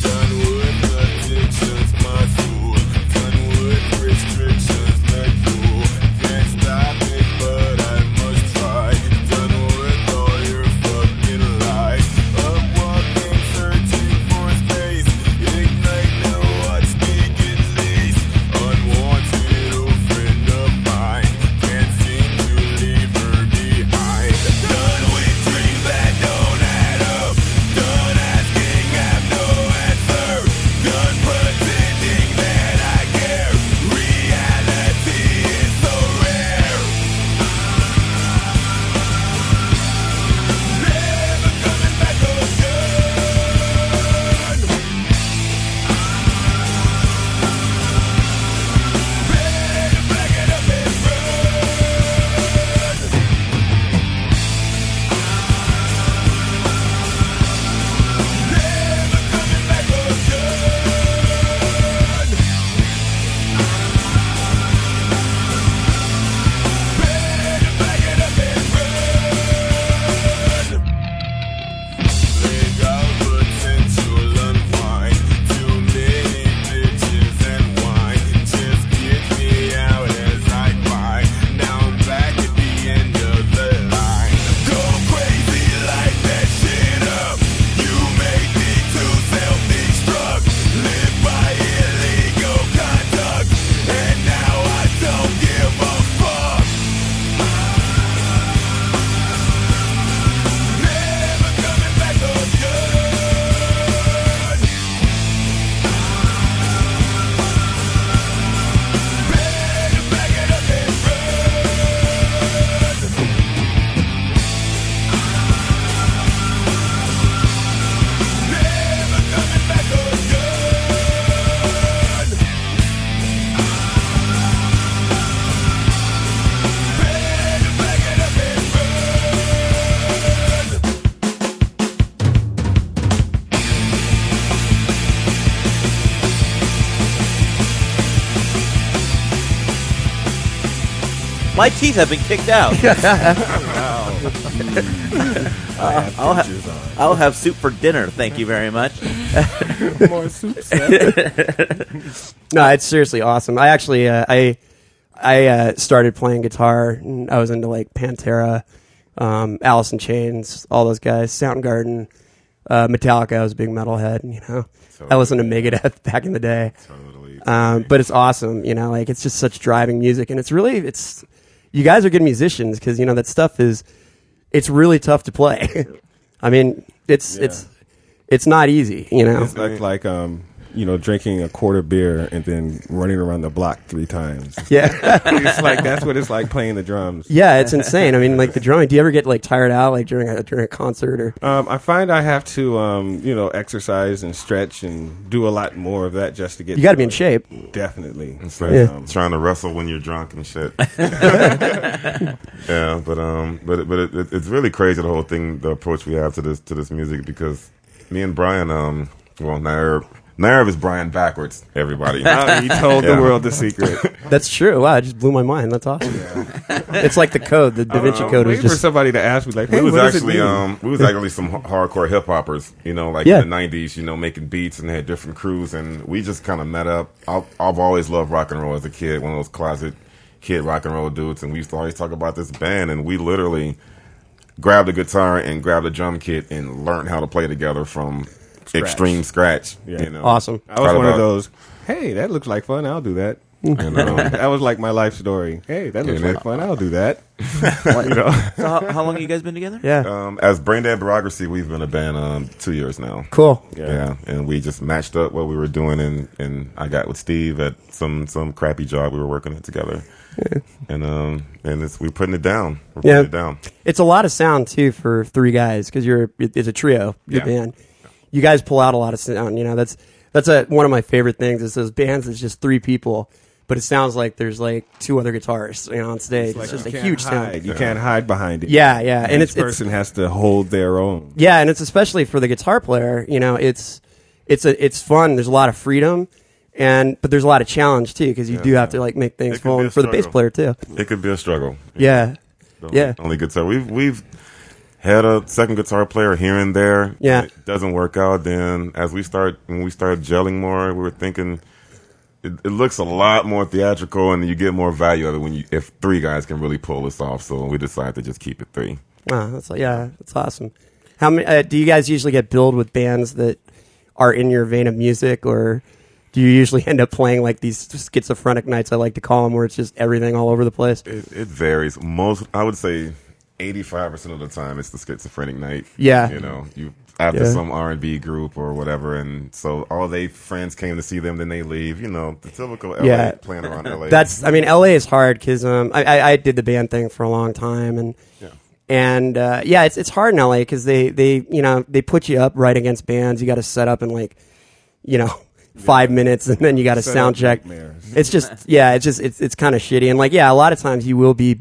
J: Done with addictions, my fool.
G: My teeth have been kicked out.
A: I'll, ha- I'll have soup for dinner. Thank you very much.
H: More soup
D: No, it's seriously awesome. I actually, uh, I, I uh, started playing guitar. And I was into like Pantera, um, Alice in Chains, all those guys, Soundgarden, uh, Metallica. I was a big metalhead. You know, I listened to Megadeth back in the day.
I: Totally.
D: Um, but it's awesome. You know, like it's just such driving music, and it's really, it's you guys are good musicians because you know that stuff is, it's really tough to play. I mean, it's it's it's not easy. You know,
H: It's like like um you know drinking a quarter beer and then running around the block three times.
D: yeah.
H: it's like that's what it's like playing the drums.
D: Yeah, it's insane. I mean, like the drumming. Do you ever get like tired out like during a during a concert or?
H: Um, I find I have to um you know exercise and stretch and do a lot more of that just to get.
D: You got to
H: through
D: be in
H: it.
D: shape.
H: Definitely.
I: It's like,
D: Yeah.
I: um, trying to wrestle when you're drunk and shit. yeah, but um, but it- but it, it, it's really crazy the whole thing, the approach we have to this to this music because me and Brian, um, well, Nairb, Nairb is Brian backwards. Everybody,
H: Uh, he told
I: Yeah.
H: the world the secret.
D: That's true. Wow, it just blew my mind. That's awesome. it's like the code, the Da Vinci
I: Uh,
H: Um,
D: Code was
H: waiting for
D: just.
H: somebody to ask me like,
I: we
H: hey,
I: was
H: what does it
I: actually
H: mean?
I: um we was actually some h- hardcore hip hoppers, you know, like
D: Yeah.
I: in the nineties, you know, making beats and had different crews and we just kinda met up. I've, I've always loved rock and roll as a kid, one of those closet kid rock and roll dudes and we used to always talk about this band and we literally grabbed a guitar and grabbed a drum kit and learned how to play together from extreme scratch. You know.
D: Awesome.
H: I was
I: Thought
H: one of
I: about-
H: those. Hey, that looks like fun. I'll do that.
I: And, um,
H: that was like my life story. Hey, that looks
I: Yeah,
H: like
I: that-
H: fun. I'll do that.
A: So how, how long have you guys been together?
D: Yeah.
I: um, as Braindead Bureaucracy, we've been a band um, two years now.
D: Cool.
I: Yeah. and we just matched up what we were doing, and, and I got with Steve at some some crappy job we were working at together, and um and it's we're putting it down, we're putting
D: Yeah.
I: it down.
D: It's a lot of sound too for three guys because you're it- it's a trio, your
I: Yeah.
D: band. You guys pull out a lot of sound. You know, that's that's a, one of my favorite things is those bands. It's just three people, but it sounds like there's like two other guitarists you know, on stage. It's,
H: Like,
D: just
H: you
D: a
H: can't
D: huge
H: hide.
D: sound.
H: You can't hide behind it.
D: Yeah, yeah,
H: each
D: and, it's, it's
H: person has to hold their own.
D: Yeah, and it's especially for the guitar player. You know, it's it's a it's fun. There's a lot of freedom, and but there's a lot of challenge too because you do have to like make things
I: It can be
D: fun
I: a
D: for the bass
I: struggle.
D: player too.
I: It could be a struggle.
D: Yeah,
I: The
D: yeah.
I: only guitar we've we've had a second guitar player here and there.
D: Yeah.
I: it doesn't work out. Then as we start when we started gelling more, we were thinking. It, it looks a lot more theatrical, and you get more value out of it when you if three guys can really pull this off. So we decided to just keep it three.
D: Wow, that's yeah, that's awesome. How many uh, do you guys usually get billed with bands that are in your vein of music, or do you usually end up playing like these schizophrenic nights? I like to call them, where it's just everything all over the place.
I: It, it varies. Most, I would say, eighty-five percent of the time, it's the schizophrenic night.
D: Yeah.
I: you know, you after
D: Yeah.
I: some R and B group or whatever, and so all they friends came to see them, then they leave. You know, the typical LA
D: Yeah.
I: playing around LA.
D: That's I mean LA is hard because um, I, I I did the band thing for a long time and and uh, yeah it's it's hard in LA because they they you know they put you up right against bands you got to set up in like you know five minutes and then you got to
H: Set
D: sound
H: up
D: check
H: nightmares.
D: it's just yeah it's just it's it's kind of shitty and like yeah a lot of times you will be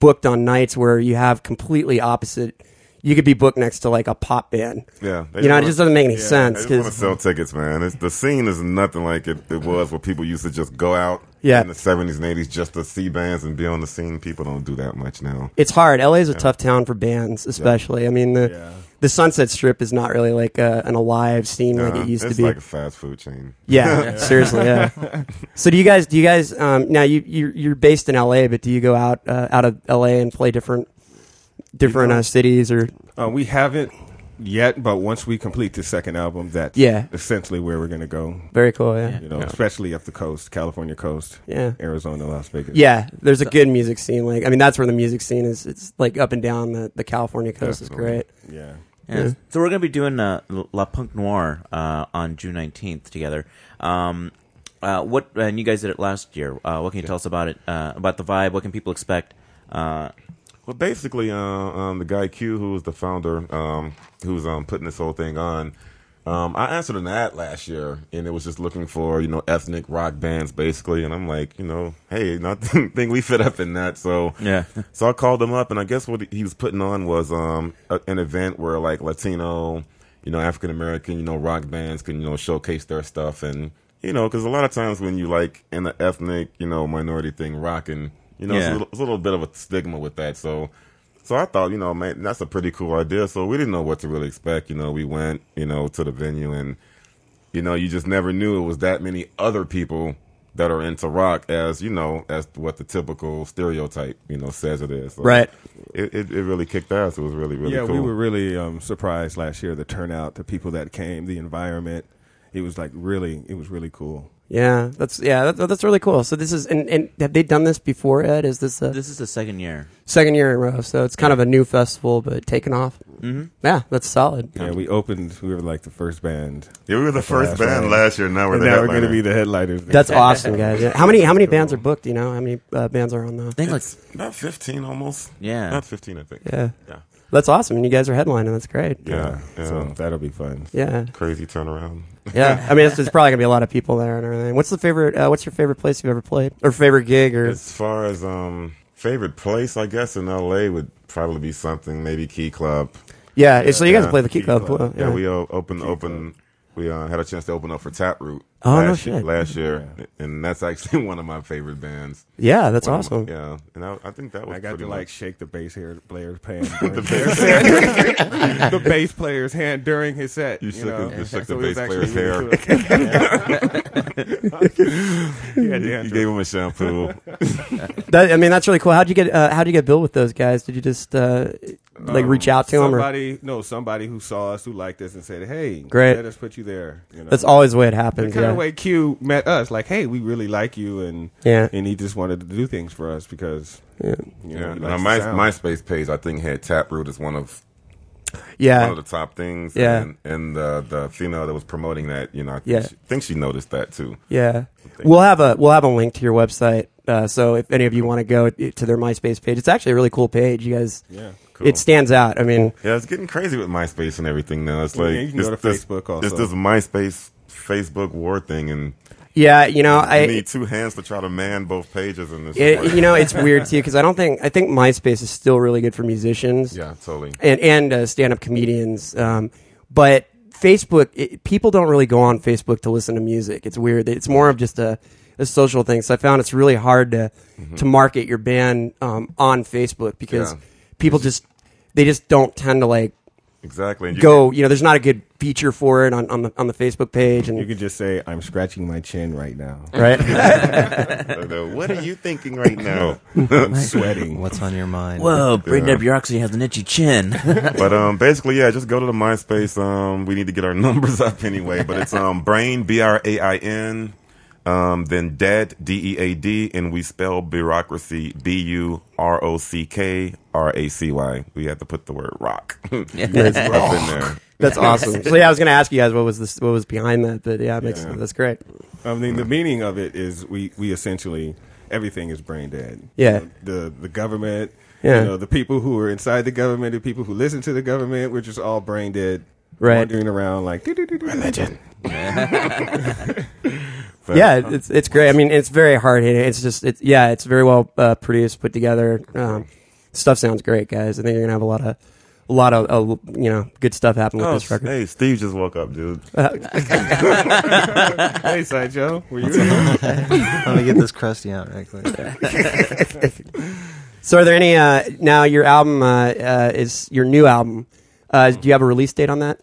D: booked on nights where you have completely opposite you could be booked next to like a pop band
I: yeah. they
D: you know it
I: wanna-
D: just doesn't make any
I: They
D: sense
I: just want to
D: because
I: sell tickets, man. It's, the scene is nothing like it, it was where people used to just go out
D: Yeah.
I: in the seventies and eighties just to see bands and be on the scene. People don't do that much now.
D: it's hard. LA is a tough town for bands, especially. I mean, the the Sunset Strip is not really like a, an alive scene like
I: Uh,
D: it used to
I: it's
D: be.
I: like a fast food chain.
D: yeah, seriously. Yeah. so do you guys? Do you guys? Um, now you you're, you're based in LA, but do you go out uh, out of LA and play different different uh, cities or?
H: Uh, we haven't yet, but once we complete the second album, that's
D: Yeah.
H: essentially where we're going to go.
D: Very cool. Yeah.
H: You know, especially up the coast, California coast,
D: Yeah.
H: Arizona, Las Vegas.
D: Yeah, there's a good music scene. Like, I mean, that's where the music scene is. It's like up and down the, the California coast
I: Definitely.
D: is great.
H: yeah.
A: Yes. So we're going to be doing uh, La Punk Noir uh, on June nineteenth together. Um, uh, what and you guys did it last year. Uh, what can you tell us about it? Uh, about the vibe? What can people expect? Uh,
I: Well, basically, uh, um, the guy Q, who was the founder, um, who's um, putting this whole thing on, um, I answered an ad last year, and it was just looking for you know ethnic rock bands, basically. And I'm like, you know, hey, not think we fit up in that. So
A: Yeah.
I: so I called him up, and I guess what he was putting on was um, a, an event where like Latino, you know, African American, you know, rock bands can you know showcase their stuff, and you know, because a lot of times when you like in the ethnic, you know, minority thing, rocking You know, it's, a
A: Yeah.
I: little, it's a little bit of a stigma with that. So, so I thought, you know, man, that's a pretty cool idea. So we didn't know what to really expect. You know, we went, you know, to the venue and, you know, you just never knew it was that many other people that are into rock as, you know, as what the typical stereotype, you know, says it is. So
D: Right.
I: It, it, it really kicked ass. It was really, really
H: yeah,
I: cool.
H: we were really um, surprised last year the turnout, the people that came, the environment. It was like really, it was really cool.
D: Yeah, that's yeah, that, that's really cool. So this is and, and have they done this before, Ed? Is this a
A: This is the second year.
D: second year in a row? So it's kind of a new festival, but taking off. Mm-hmm. Yeah, that's solid.
H: Yeah, we opened. We were like the first band.
I: yeah, we were the first
H: last
I: band
H: one.
I: last year. Now we're
H: And
I: the
H: now we're
I: headliner.
H: going to be the headliners.
D: That's awesome, guys. Yeah. How many how many bands are booked? Do you know how many uh, bands are on the?
A: I think like
I: About 15 almost.
A: Yeah.
I: About 15, I think.
D: Yeah,
I: Yeah.
D: that's awesome. And you guys are headlining. That's great.
I: Yeah. yeah.
H: So that'll be fun.
D: Yeah,
I: Crazy turnaround.
D: yeah. I mean, it's, it's probably gonna be a lot of people there and everything. What's the favorite? Uh, what's your favorite place you've ever played, or favorite gig, or
I: As far as um favorite place, I guess in LA would probably be something maybe Key Club.
D: yeah? so you guys play the Key
I: Key
D: Club. uh,
I: Yeah, we uh, opened open. We uh, had a chance to open up for Taproot
D: Oh,
I: last
D: no
I: year,
D: shit.
I: last year, and that's actually one of my favorite bands.
D: Yeah, that's
I: One of
D: awesome.
I: my- yeah, and I, I think that was
H: I got
I: pretty
H: to
I: much-
H: like shake the bass hair player's hand. the, bass hand the bass player's hand during his set.
I: You
H: You,
I: shook
H: know?
I: his- you shook
H: So
I: the
H: it was
I: bass
H: actually
I: player's
H: really cool. yeah, yeah.
I: you gave him a shampoo.
D: That, I mean, that's really cool. How'd you get uh, How'd you get Bill with those guys? Did you just uh, like reach
I: Um,
D: out to them? Or?
H: somebody, no, somebody who saw us, who liked us, and said, "Hey,
D: Great.
H: let us put you there." You know?
D: That's always the way it
H: the
D: happens.
H: kind
D: Yeah.
H: of way Q met us. Like, hey, we really like you, and
D: Yeah.
H: and he just wanted to do things for us because
D: yeah,
H: you know,
I: yeah,
H: he
I: now
H: likes
I: my
H: the sound.
I: MySpace page I think had Taproot as one of
D: yeah.
I: one of the top things.
D: Yeah.
I: and, and the the female that was promoting that, you know, I think,
D: Yeah.
I: she, think she noticed that too.
D: Yeah, we'll have a we'll have a link to your website. Uh, so if any of you want to go to their MySpace page, it's actually a really cool page. You guys,
H: Yeah,
I: cool.
D: it stands out. I mean,
I: Yeah, it's getting crazy with MySpace and everything now. It's
H: Yeah,
I: like
H: you can go
I: it's
H: to
I: this,
H: Facebook
I: it's
H: also.
I: this MySpace Facebook war thing, and
D: yeah, you know, I
I: you need two hands to try to man both pages in this.
D: it, you know it's weird too because I don't think I think MySpace is still really good for musicians.
I: yeah, totally.
D: and and uh, stand up comedians. Um, but Facebook, it, people don't really go on Facebook to listen to music. It's weird. It's more of just a, a social thing. So I found it's really hard to to market your band um, on Facebook because
I: Mm-hmm. Yeah.
D: people just they just don't tend to like
I: Exactly. And you
D: go. You know, there's not a good feature for it on on the on the Facebook page
H: You
D: and.
H: could just say, "I'm scratching my chin right now,
D: Right.
I: go, what are you thinking right now?
H: sweating."
J: What's on your mind?
A: Whoa, Braden
I: Yeah.
A: up your oxy has an itchy chin.
I: but um, basically, yeah, just go to the MySpace. Um, we need to get our numbers up anyway. But it's um, Brain B R A I N, um, then Dead D E A D, and we spell bureaucracy B U R O C K R A C Y. We have to put the word rock. It's up in there.
D: That's awesome. So yeah, I was gonna ask you guys what was this, what was behind that, but yeah, it makes
H: Yeah.
D: that's great.
H: I mean, the meaning of it is we, we essentially everything is brain dead.
D: Yeah.
H: You know, the the government.
D: Yeah.
H: You know, the people who are inside the government, the people who listen to the government, we're just all brain dead,
D: Right.
H: wandering around like religion.
D: yeah,
I: uh,
D: it- it's it's great. I mean, it's very hard hitting. It's just it's yeah, it's very well uh, produced, put together. Um, stuff sounds great, guys. I think you're gonna have a lot of a lot of uh, you know good stuff happen with
I: Oh,
D: this record.
I: hey, Steve just woke up, dude.
D: Uh,
H: Hey, side Joe, were you? there?
J: Let me get this crusty out right quick.
D: So, are there any uh, now your album uh, uh, is your new album? Uh, do you have a release date on that?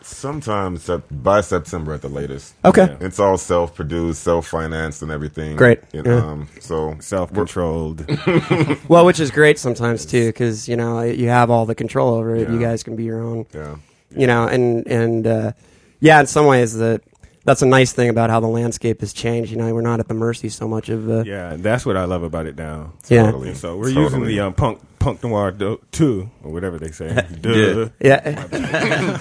I: Sometimes sep- by September at the latest.
D: Okay.
I: It's all self-produced, self-financed, and everything.
D: Great.
I: And,
D: Yeah.
I: Um, so
H: Self-controlled.
D: Well, which is great sometimes too, because you know you have all the control over it. You
I: Yeah.
D: guys can be your own.
I: yeah,
D: you know and and uh, yeah in some ways the that's a nice thing about how the landscape has changed you know we're not at the mercy so much of uh, yeah,
H: yeah, and that's what I love about it now.
D: Yeah.
I: totally.
H: So we're
I: Totally.
H: using the um, punk punk noir do- two or whatever they say. Duh.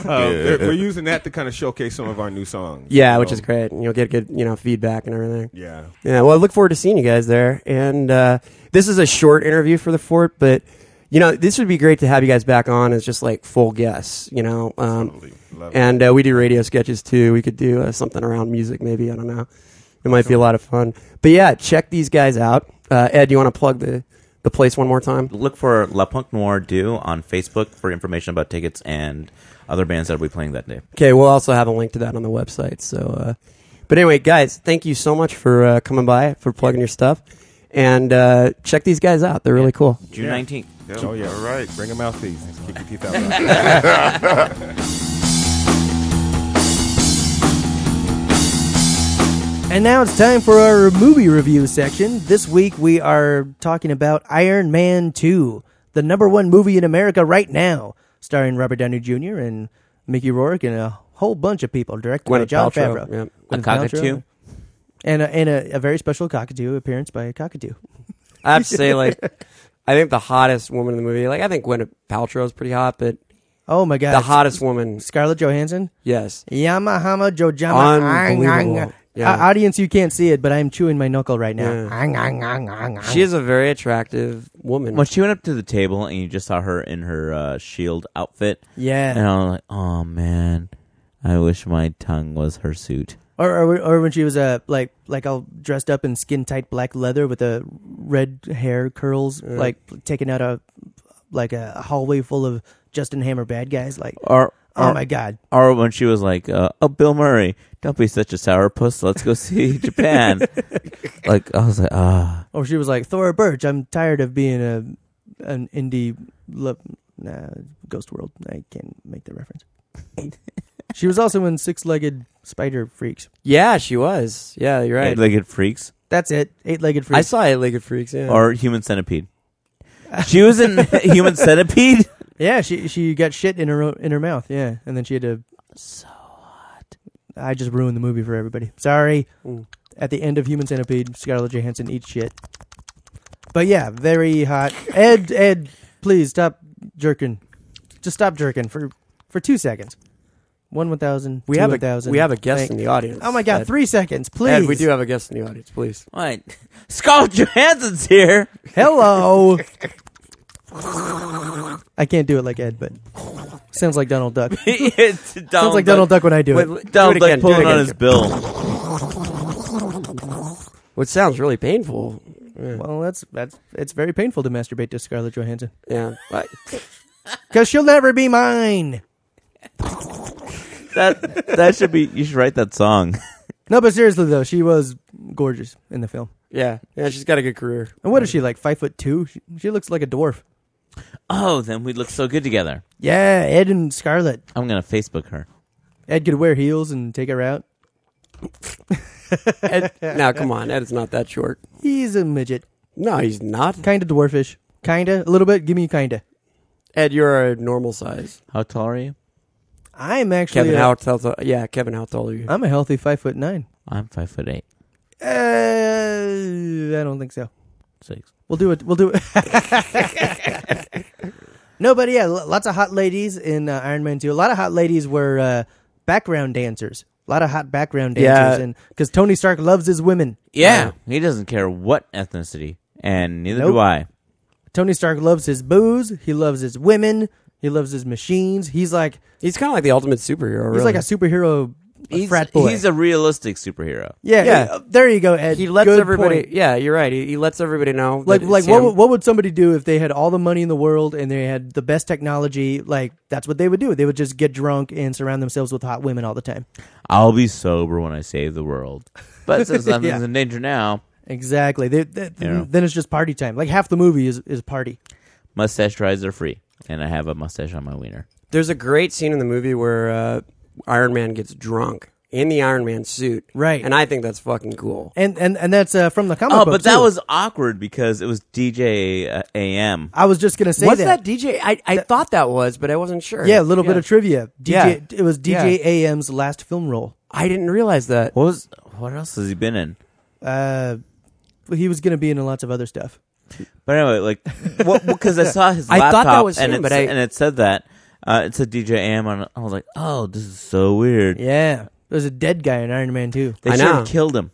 H: Um, they're- We're using that to kind of showcase some of our new songs.
D: Yeah, which
H: So,
D: is great and you'll get good you know feedback and everything
H: Yeah.
D: yeah well i look forward to seeing you guys there and uh, this is a short interview for the fort but you know this would be great to have you guys back on as just like full guests you know um,
H: Love it.
D: and uh, we do radio sketches too we could do uh, something around music maybe i don't know it might be a lot of fun but yeah check these guys out uh, ed you want to plug the the place one more time
A: Look for La Punk Noir Du on Facebook for information about tickets and other bands that will be playing that day.
D: Okay, we'll also have a link to that on the website. So, uh, but anyway, guys, thank you so much for uh, coming by for plugging your stuff, And uh, check these guys out; they're really cool.
A: June 19th.
H: Yeah, Oh, yeah. All right. Bring them out, these. Keep your teeth out.
C: And now it's time for our movie review section. This week we are talking about Iron Man 2, the number one movie in America right now, starring Robert Downey Jr. and Mickey Rourke and a whole bunch of people, directed by
D: Gwyneth
C: John
D: Paltrow,
C: Favreau.
D: yeah.
A: A
C: Gwyneth
A: cockatoo?
C: Paltrow. And, a, and a, a very special cockatoo appearance by a cockatoo.
D: I have to say, like, I think the hottest woman in the movie. Like, I think Gwyneth Paltrow is pretty hot, but
C: Oh my God.
D: the hottest woman.
C: Scarlett Johansson?
D: Yes.
C: Yamahama Jojama.
D: Unbelievable.
C: Ang, ang.
D: Yeah.
C: Uh, audience, you can't see it, but I'm chewing my knuckle right now.
D: Yeah.
C: Ang, ang, ang, ang, ang.
D: She is a very attractive woman.
A: When she went up to the table and you just saw her in her uh, shield outfit,
C: Yeah.
A: and I was like, "Oh man, I wish my tongue was her suit."
C: or or, or when she was uh, like like all dressed up in skin tight black leather with a red hair curls like taking out a like a hallway full of Justin Hammer bad guys like
A: Or,
C: oh
A: or-
C: my god
A: Or when she was like, uh, "Oh, Bill Murray, don't be such a sourpuss. Let's go see Japan." like I was like, "Ah,
C: or she was like Thora Birch I'm tired of being a an indie lo- nah, Ghost World I can't make the reference she was also in Six Legged Spider Freaks
D: yeah, she was. Yeah, you're right.
A: eight-legged freaks
C: that's it Eight Legged Freaks
D: I saw Eight Legged Freaks. Yeah.
A: or human centipede." She was in human centipede.
C: Yeah, she she got shit in her o- in her mouth. Yeah, and then she had to. So hot. I just ruined the movie for everybody. Sorry.
D: Mm.
C: At the end of Human Centipede, Scarlett Johansson eats shit. But yeah, very hot. Ed, Ed, please stop jerking. Just stop jerking for for two seconds. One one thousand.
D: we
C: two
D: have
C: one
D: a
C: thousand.
D: we have a guest
C: Thank-
D: in the audience.
C: Oh my god,
D: Ed.
C: three seconds, please.
D: Ed, we do have a guest in the audience. Please.
A: What? Scarlett Johansson's here.
C: Hello. I can't do it like Ed, but sounds like Donald Duck.
A: it's Donald
C: Sounds like Donald Duck when I do
D: Wait,
C: it.
D: wait, do
A: Donald
D: it
A: Duck
D: again, do it
A: pulling on
D: again.
A: his bill.
D: Which sounds really painful.
C: Well, that's that's it's very painful to masturbate to Scarlett Johansson
D: Yeah. But
C: because she'll never be mine.
A: That that should be. You should write that song.
C: No, but seriously though, she was gorgeous in the film.
D: yeah. Yeah. She's got a good career.
C: And what is she like? Five foot two? She, she looks like a dwarf.
A: Oh, then we'd look so good together.
C: Yeah, Ed and Scarlett.
A: I'm gonna Facebook her.
C: Ed could wear heels and take her out.
D: Ed, now, come on. Ed is not that short.
C: He's a midget,
D: No, he's not.
C: kind of dwarfish, kind of a little bit. Give me kind of.
D: Ed, you're a normal size.
A: How tall are you?
C: I'm actually
D: Kevin,
C: a-
D: how tall? tall- Yeah, Kevin, how tall are you?
C: I'm a healthy five foot nine.
A: I'm five foot eight,
C: Uh, I don't think so.
A: six.
C: We'll do it. We'll do it. no, but yeah, lo- lots of hot ladies in uh, Iron Man 2. A lot of hot ladies were uh, background dancers. A lot of hot background dancers.
D: Yeah.
C: and Because Tony Stark loves his women.
A: Yeah, he doesn't care what ethnicity, and neither
C: Nope.
A: do I.
C: Tony Stark loves his booze. He loves his women. He loves his machines. He's like
D: He's kind of like the ultimate superhero.
C: he's like a superhero
A: He's,
C: frat boy.
A: he's a realistic superhero.
C: yeah,
D: Yeah.
C: uh, There you go, Ed.
D: he lets
C: Good
D: everybody.
C: point.
D: Yeah, you're right. He, he lets everybody know.
C: like
D: that
C: like
D: it's
C: what
D: him.
C: would- what would somebody do if they had all the money in the world and they had the best technology like that's what they would do they would just get drunk and surround themselves with hot women all the time
A: I'll be sober when I save the world, but since nothing's
C: Yeah.
A: in danger now,
C: exactly they, they-
A: Yeah.
C: then it's just party time like half the movie is is party
A: mustache tries are free, and I have a mustache on my wiener.
D: There's a great scene in the movie where uh, Iron Man gets drunk in the Iron Man suit.
C: Right.
D: And I think that's fucking cool.
C: and and and that's uh, from the comic
A: Oh,
C: book,
A: but that
C: too.
A: was awkward because it was DJ uh, AM.
C: i was just gonna say
D: What's that, DJ? I, I thought that was, but I wasn't sure.
C: yeah a little bit of trivia dj
D: Yeah.
C: it was dj
D: Yeah.
C: am's last film role
D: I didn't realize that.
A: What was? What else has he been in?
C: uh he was gonna be in lots of other stuff
A: But anyway, like, because I saw his
D: I
A: laptop
D: thought that was
A: and,
D: him,
A: it,
D: but I-
A: and it said that uh, it said DJ AM, and I was like, oh, this is so weird.
C: yeah there's a dead guy in iron man too
A: They
D: I
A: should
D: know.
A: have killed him.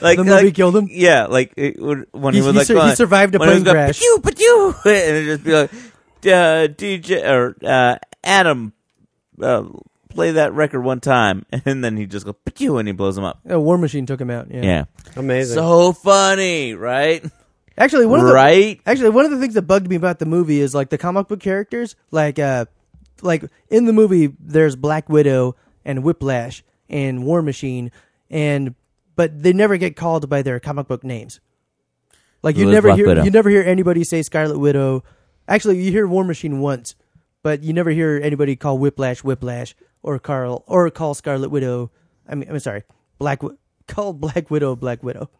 A: like
C: The movie
A: like,
C: killed him?
A: Yeah, like it would, when
C: He-
A: he, was
C: he
A: like,
C: sur- he
A: going-
C: survived a
A: when he was
C: plane
A: going,
C: crash.
A: "Pew, pew," and it'd just be like, uh, DJ or uh, Adam, uh, play that record one time, and then he just go pew, and he blows him up.
C: a war machine took him out yeah,
A: Yeah,
D: Amazing.
A: so funny, right?
C: actually one of the
A: Right?
C: Actually, one of the things that bugged me about the movie is like the comic book characters, like uh like in the movie there's Black Widow and Whiplash and War Machine and but they never get called by their comic book names. Like you
A: Liz
C: never
A: Black
C: hear
A: Widow.
C: you never hear anybody say Scarlet Widow. Actually, you hear War Machine once, but you never hear anybody call Whiplash Whiplash or Carl or call Scarlet Widow. I mean, I'm sorry, Black Wi- call Black Widow Black Widow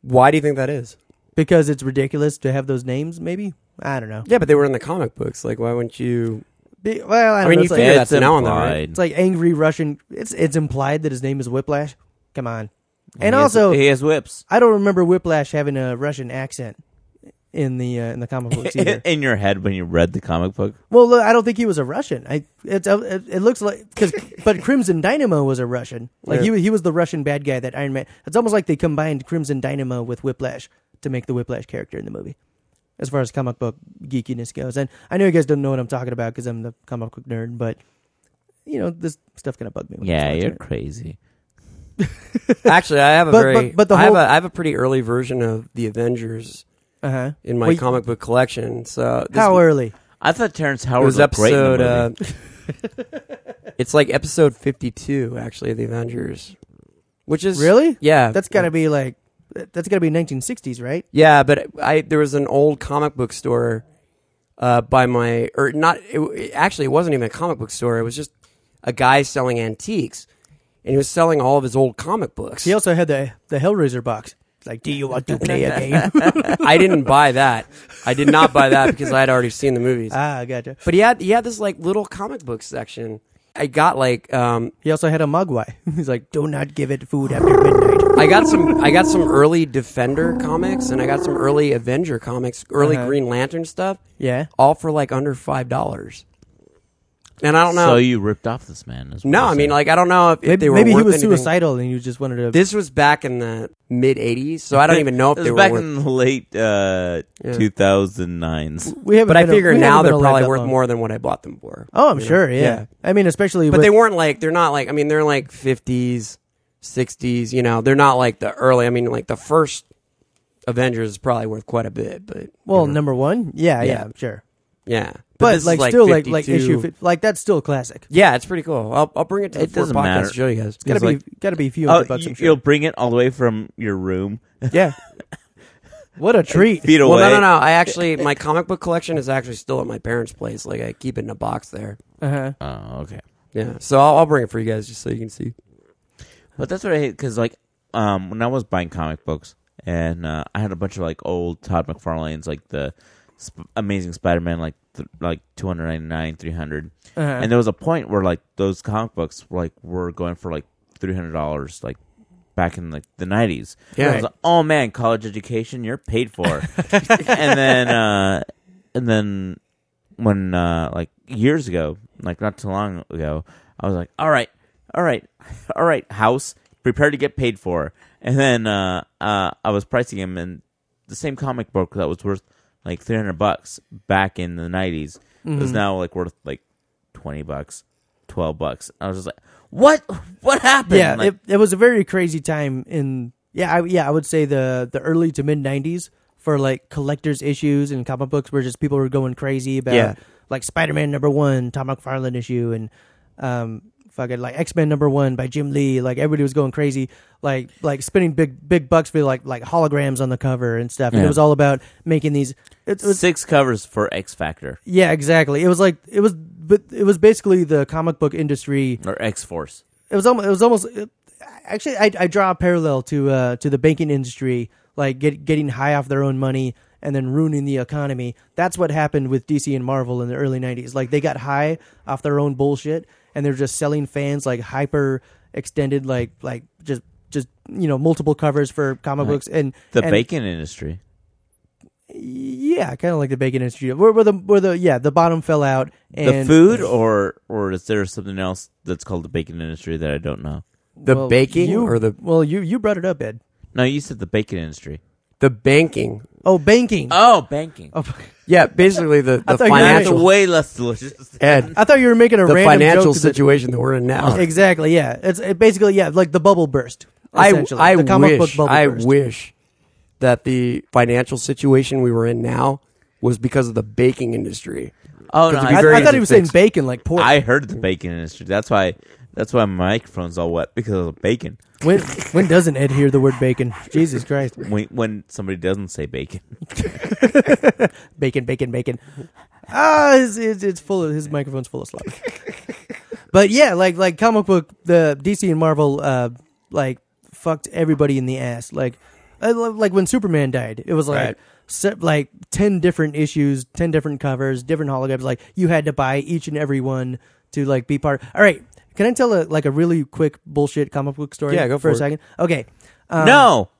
D: Why do you think that is?
C: because it's ridiculous to have those names. Maybe I don't know.
D: Yeah, but they were in the comic books. Like, why wouldn't you?
C: Be- well, I, don't
D: I mean,
C: know.
D: you
C: It's
D: figure
C: like,
D: that's
A: It's
D: an element, right?
A: implied.
C: it's like angry Russian. It's it's implied that his name is Whiplash. Come on, and
A: He has-
C: also
A: he has whips
C: I don't remember Whiplash having a Russian accent in the uh, in the comic books either.
A: in your head when you read the comic book.
C: well, look, I don't think he was a Russian. I it's, uh, it, it looks like because but Crimson Dynamo was a Russian. Like he he he was the Russian bad guy that Iron Man. It's almost like they combined Crimson Dynamo with Whiplash to make the Whiplash character in the movie. As far as comic book geekiness goes, and I know you guys don't know what I'm talking about because I'm the comic book nerd, but you know this stuff gonna bug me. When I was
A: Yeah,
C: watching
A: you're
C: it.
A: crazy.
D: Actually, I have a
C: But-
D: very.
C: but- but the
D: I have
C: whole-
D: a I have a pretty early version of the Avengers
C: Uh-huh.
D: in my
C: Well, you-
D: comic book collection. So this,
C: How early?
A: I thought Terrence
D: it
A: Howard
D: was
A: was great in the
D: episode.
A: movie.
D: Uh, it's like episode fifty-two, actually, of the Avengers, which is
C: Really?
D: yeah.
C: That's gotta be like that's gotta be 1960s, right?
D: Yeah, but I there was an old comic book store uh, by my or not. It, it- actually, it wasn't even a comic book store. It was just a guy selling antiques, and he was selling all of his old comic books.
C: He also had the the Hellraiser box. It's like, do you want to play a game?
D: I didn't buy that. I did not buy that because I had already seen the movies.
C: ah, I gotcha.
D: But he had he had this like little comic book section. I got like um,
C: He also had a Mogwai. He's like, do not give it food after midnight.
D: I got some I got some early Defender comics and I got some early Avenger comics, early
C: Uh-huh.
D: Green Lantern stuff,
C: Yeah.
D: all for like under five dollars. And I don't know.
A: So you ripped off this man. is what
D: no,
A: you're
D: I mean
A: saying.
D: like I don't know if, if
C: Maybe,
D: they were
C: maybe he
D: worth
C: was
D: anything.
C: suicidal and he just wanted to.
D: This was back in the mid '80s, so I don't even know if
A: it
D: they
A: was
D: were
A: back
D: worth.
A: in the late uh,
D: Yeah.
A: 2009s.
C: we haven't
D: but I
C: been a-
D: figure
C: we haven't
D: now
C: been
D: they're
C: alive
D: probably
C: that
D: worth
C: long.
D: more than what I bought them for.
C: Oh, I'm
D: you know?
C: sure. Yeah.
D: Yeah.
C: I mean, especially.
D: But
C: with,
D: they weren't like they're not like I mean they're like 50s, 60s. You know they're not like the early. I mean like the first Avengers is probably worth quite a bit, but
C: Well,
D: you know,
C: number one. Yeah, yeah,
D: Yeah.
C: sure.
D: yeah.
C: But,
D: this is,
C: like, still, like, like
D: 52.
C: issue, fi- like that's still classic.
D: Yeah, it's pretty cool. I'll, I'll bring it to the
A: It
D: Fort
A: doesn't
D: podcast
A: matter.
D: to show you guys.
C: It's gotta
A: It's
C: be,
A: like-
C: gotta be a few
A: Oh,
C: hundred bucks.
A: you,
C: I'm sure.
A: will bring it all the way from your room,
C: Yeah. what a treat!
A: feet away.
D: Well, no, no, no. I actually my comic book collection is actually still at my parents' place. Like I keep it in a box there.
C: Uh-huh.
A: Oh, okay.
D: Yeah, so I'll, I'll bring it for you guys just so you can see.
A: But that's what I hate because, like, um, when I was buying comic books, and uh, I had a bunch of like old Todd McFarlane's, like the Sp- Amazing Spider-Man, like th- like two hundred ninety nine, three hundred, and there was a point where like those comic books like were going for like three hundred dollars, like back in like the nineties.
D: Yeah.
A: I was like, oh man, college education, you're paid for. and then, uh, and then when uh like years ago, like not too long ago, I was like, "All right, all right, all right, house, prepare to get paid for." And then uh uh I was pricing him in the same comic book that was worth like 300 bucks back in the 90s
C: Mm-hmm.
A: is now like worth like 20 bucks, 12 bucks. I was just like, "What what happened?"
C: yeah,
A: Like,
C: it, it was a very crazy time in yeah, I, yeah, I would say the the early to mid '90s for like collectors issues and comic books, where just people were going crazy about
A: Yeah.
C: like Spider-Man number one, Tom McFarlane issue, and um, fucking like X-Men number one by Jim Lee. Like everybody was going crazy, like like spending big big bucks for like like holograms on the cover and stuff. And
A: Yeah.
C: it was all about making these. It, it was
A: six covers for X Factor
C: yeah, exactly. It was like it was, but it was basically the comic book industry
A: or X Force.
C: it was almost it was almost it, actually I, I draw a parallel to uh to the banking industry like get, getting high off their own money and then ruining the economy that's what happened with dc and marvel in the early 90s like they got high off their own bullshit and they're just selling fans like hyper extended like like just just you know multiple covers for comic books and
A: The
C: and,
A: bacon industry.
C: yeah kind of like the bacon industry where, where the where the yeah the bottom fell out and
A: The food or or is there something else that's called the bacon industry that I don't know?
D: The
C: well,
D: baking
C: you-
D: or the
C: well you you brought it up ed
A: No, you said the bacon industry.
D: the banking.
C: oh banking
A: Oh, banking.
C: oh,
D: Yeah, basically the the
C: thought you were
A: That's
D: financial
A: way less delicious.
D: Ed,
C: i thought you were making a
D: the
C: random
D: financial
C: joke that-
D: situation that we're in now.
C: Exactly. Yeah. It's it basically yeah, like the bubble burst.
D: I
C: essentially.
D: I
C: the comic book
D: wish
C: bubble
D: I
C: burst.
D: wish that the financial situation we were in now was because of the baking industry.
A: Oh no,
D: to be
A: I,
C: I,
D: very
C: I thought he was saying
D: fixed.
C: bacon, like pork.
A: I heard the bacon industry. That's why That's why my microphone's all wet because of bacon.
C: When when doesn't Ed hear the word bacon? Jesus Christ!
A: When, when somebody doesn't say bacon,
C: bacon, bacon, bacon. Ah, it's, it's, it's full of his microphone's full of slop. but yeah, like like comic book, the DC and Marvel, uh, like fucked everybody in the ass. Like I lo- like when Superman died, it was like.
H: Right.
C: se- like 10 different issues 10 different covers different holograms like you had to buy each and every one to like be part all right can i tell a like a really quick bullshit comic book story
D: Yeah, go
C: for
D: for
C: a
D: it.
C: second okay um,
A: no,